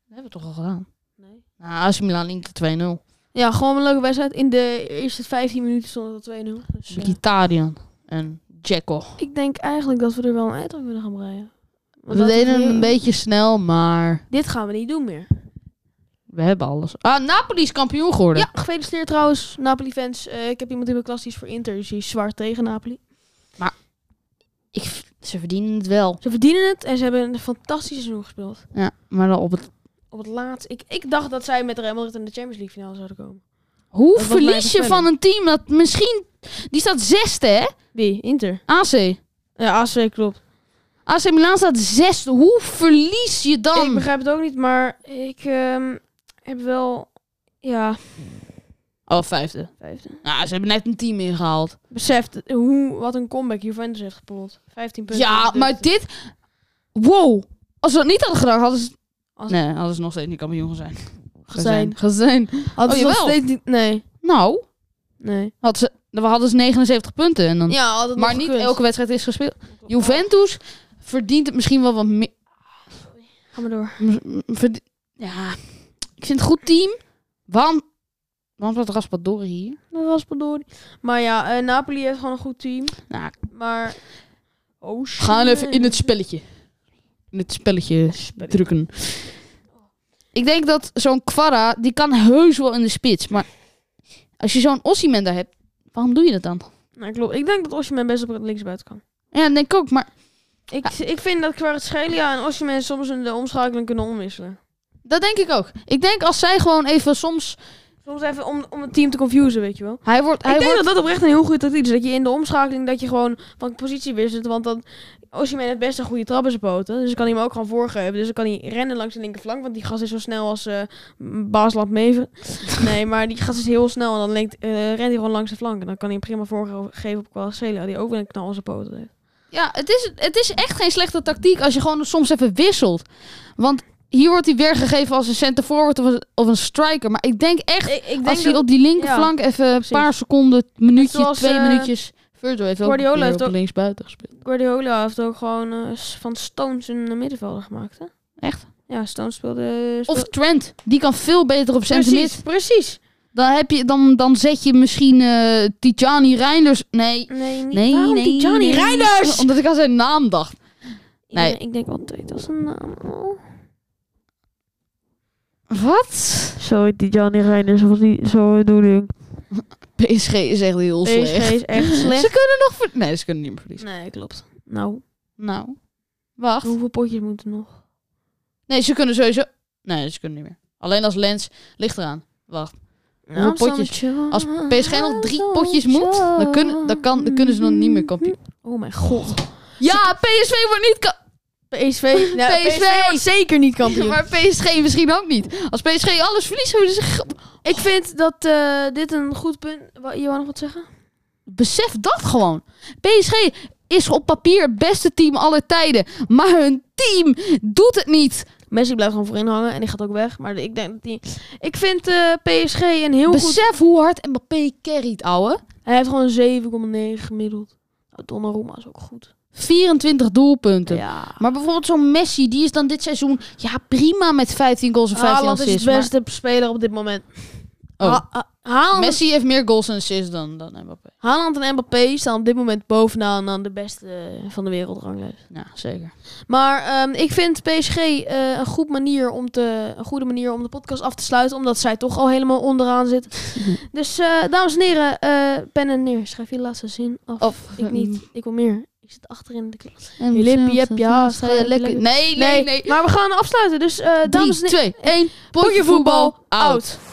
Speaker 2: Dat hebben we toch al gedaan?
Speaker 1: Nee.
Speaker 2: Nou, AC Milan Inter 2-0.
Speaker 1: Ja, gewoon een leuke wedstrijd. In de eerste 15 minuten stond het al 2-0. Dus, eh,
Speaker 2: Gitarian en Jacko.
Speaker 1: ik denk eigenlijk dat we er wel een eind aan kunnen gaan breien. Want
Speaker 2: We
Speaker 1: dat
Speaker 2: deden
Speaker 1: is
Speaker 2: hem
Speaker 1: heel-
Speaker 2: een beetje snel, maar
Speaker 1: Dit gaan we niet doen meer.
Speaker 2: we hebben alles. Ah, Napoli is kampioen geworden.
Speaker 1: Ja, gefeliciteerd trouwens, Napoli-fans. Eh, ik heb iemand in mijn klas die is voor Inter, dus die is zwaar tegen Napoli.
Speaker 2: Ik, ze verdienen het wel.
Speaker 1: Ze verdienen het en ze hebben een fantastisch seizoen gespeeld.
Speaker 2: Ja, maar dan op het...
Speaker 1: Op het laatst, ik, ik dacht dat zij met Real Madrid in de Champions League finale zouden komen.
Speaker 2: Hoe
Speaker 1: was mijn
Speaker 2: verlies je
Speaker 1: voorspelling.
Speaker 2: van een team dat misschien... Die staat zesde, hè?
Speaker 1: Wie? Inter?
Speaker 2: AC.
Speaker 1: Ja, AC klopt.
Speaker 2: AC Milan staat zesde. Hoe verlies je
Speaker 1: Ik
Speaker 2: dan?
Speaker 1: begrijp het ook niet, maar ik ehm, heb wel... Ja,
Speaker 2: Oh, vijfde.
Speaker 1: vijfde.
Speaker 2: Nou, ze hebben net een team ingehaald.
Speaker 1: Beseft hoe, wat een comeback Juventus heeft gepoeld. 15 punten.
Speaker 2: Ja,
Speaker 1: Dus
Speaker 2: maar dit... Wow. Als ze dat niet hadden gedaan, hadden ze...
Speaker 1: Als-
Speaker 2: Nee, hadden ze nog steeds niet kampioen zijn.
Speaker 1: Gezien.
Speaker 2: Gezien.
Speaker 1: Hadden ze nog
Speaker 2: Oh, jawel.
Speaker 1: steeds niet... Nee,
Speaker 2: Nou,
Speaker 1: nee.
Speaker 2: had ze, we hadden ze 79 punten. En dan,
Speaker 1: Ja, hadden
Speaker 2: maar niet elke wedstrijd is gespeeld. Juventus verdient het misschien wel wat meer.
Speaker 1: Ga maar door.
Speaker 2: Verd- Ja, ik vind het een goed team. Waarom, waarom zat Raspadori hier?
Speaker 1: Dat was bedoeld. Maar ja, eh, Napoli heeft gewoon een goed team.
Speaker 2: Nou,
Speaker 1: Maar... Oh, shit.
Speaker 2: we gaan even in het spelletje. In het spelletje drukken. Ik denk dat zo'n Quara, die kan heus wel in de spits. Maar als je zo'n Ossiman daar hebt, waarom doe je dat dan?
Speaker 1: Nou, klopt. Ik denk dat Osimhen best op het linksbuiten kan.
Speaker 2: Ja, dat denk ik ook. Maar
Speaker 1: Ik, ik vind dat Kvaratschelia en Osimhen soms in de omschakeling kunnen omwisselen.
Speaker 2: dat denk ik ook. Ik denk als zij gewoon even soms...
Speaker 1: Soms even om, om het team te confusen, weet je wel.
Speaker 2: Hij wordt... Hij
Speaker 1: ik denk
Speaker 2: wordt
Speaker 1: dat dat oprecht een heel goed tactiek is. Dat je in de omschakeling dat je gewoon van positie wisselt. Want dan Osimhen heeft best een goede trap in zijn poten. Dus dan kan hij hem ook gewoon voorgeven. Dus dan kan hij rennen langs de linkerflank. Want die gast is zo snel als eh Baasland Meven. Nee, maar die gast is heel snel. En dan lenkt, eh, rent hij gewoon langs de flank. En dan kan hij hem prima voorgeven op Kwalasela. Die ook weer een knal in zijn poten heeft.
Speaker 2: Ja, het is, het is echt geen slechte tactiek als je gewoon soms even wisselt. Want hier wordt hij weergegeven als een center forward of een, of een striker. Maar ik denk echt,
Speaker 1: Ik, ik
Speaker 2: als
Speaker 1: denk
Speaker 2: hij
Speaker 1: dat
Speaker 2: op die linkerflank even een
Speaker 1: precies.
Speaker 2: paar seconden, minuutje,
Speaker 1: Net zoals,
Speaker 2: twee
Speaker 1: eh,
Speaker 2: minuutjes... Virgil heeft ook
Speaker 1: Guardiola
Speaker 2: een keer
Speaker 1: heeft
Speaker 2: op
Speaker 1: ook-
Speaker 2: links buiten gespeeld.
Speaker 1: Guardiola heeft ook gewoon eh, s- van Stones een middenvelder gemaakt. Hè?
Speaker 2: Echt?
Speaker 1: Ja, Stones speelde...
Speaker 2: Of Trent, die kan veel beter op center
Speaker 1: Dus precies,
Speaker 2: mid.
Speaker 1: precies.
Speaker 2: Dan, heb je, dan, dan zet je misschien eh Tijani Reinders... Nee,
Speaker 1: Nee, niet.
Speaker 2: nee,
Speaker 1: Waarom
Speaker 2: nee,
Speaker 1: die Johnny
Speaker 2: nee.
Speaker 1: Reinders?
Speaker 2: Omdat ik aan zijn naam dacht. Nee.
Speaker 1: Ja, ik denk wel twee, dat is een naam. Oh.
Speaker 2: Wat?
Speaker 1: Sorry, die Johnny Reinders was niet zo bedoeling.
Speaker 2: PSG is echt heel
Speaker 1: PSG
Speaker 2: slecht.
Speaker 1: is echt
Speaker 2: Ze
Speaker 1: slecht.
Speaker 2: kunnen nog... ver- Nee, ze kunnen niet meer verliezen.
Speaker 1: Nee, klopt. Nou,
Speaker 2: Nou, wacht.
Speaker 1: hoeveel potjes moeten er nog?
Speaker 2: Nee, ze kunnen sowieso... Nee, ze kunnen niet meer. Alleen als Lens ligt eraan. Wacht. Hoeveel
Speaker 1: Nou,
Speaker 2: potjes?
Speaker 1: Amsterdam-
Speaker 2: Als PSG nog drie potjes moet, dan kunnen, dan kan, dan kunnen ze nog niet meer kampioen.
Speaker 1: Oh mijn god.
Speaker 2: Ja, PSV wordt niet kampioen.
Speaker 1: PSV, nou, PSV,
Speaker 2: PSV
Speaker 1: wordt zeker niet kampioen.
Speaker 2: Maar PSG misschien ook niet. Als PSG alles verliest, hebben ze zich...
Speaker 1: ik vind dat eh, dit een goed punt... Wa- Je wou nog wat zeggen?
Speaker 2: Besef dat gewoon. PSG is op papier het beste team aller tijden. Maar hun team doet het niet.
Speaker 1: Messi blijft gewoon voorin hangen en die gaat ook weg. Maar ik denk dat die... Ik vind eh, PSG een heel goed...
Speaker 2: Besef hoe hard Mbappé carryt, ouwe.
Speaker 1: Hij heeft gewoon een 7,9 gemiddeld. Nou, Donnarumma is ook goed.
Speaker 2: 24 doelpunten.
Speaker 1: Ja.
Speaker 2: Maar bijvoorbeeld zo'n Messi, die is dan dit seizoen ja prima met 15 goals en 15
Speaker 1: Haaland is
Speaker 2: assists.
Speaker 1: de beste speler op dit moment.
Speaker 2: maar- Oh,
Speaker 1: Ha- ha- Haaland,
Speaker 2: Messi heeft meer goals en assists dan, dan Mbappé.
Speaker 1: Haaland en Mbappé staan op dit moment bovenaan aan de beste eh, van de wereldranglijst.
Speaker 2: Ja, zeker.
Speaker 1: Maar ehm, ik vind PSG eh, een, goed manier om te, een goede manier om de podcast af te sluiten. Omdat zij toch al helemaal onderaan zit. dus eh, dames en heren, eh, pen en neer. Schrijf je laatste zin af.
Speaker 2: Of
Speaker 1: ik niet. Ik wil meer. Ik zit achterin de klas.
Speaker 2: En
Speaker 1: Je lippie heb je haast, ga je lekker-
Speaker 2: Nee, nee, nee.
Speaker 1: Maar we gaan afsluiten. Dus eh, dames en
Speaker 2: 3,
Speaker 1: heren.
Speaker 2: 2, 1.
Speaker 1: Potje voetbal, out.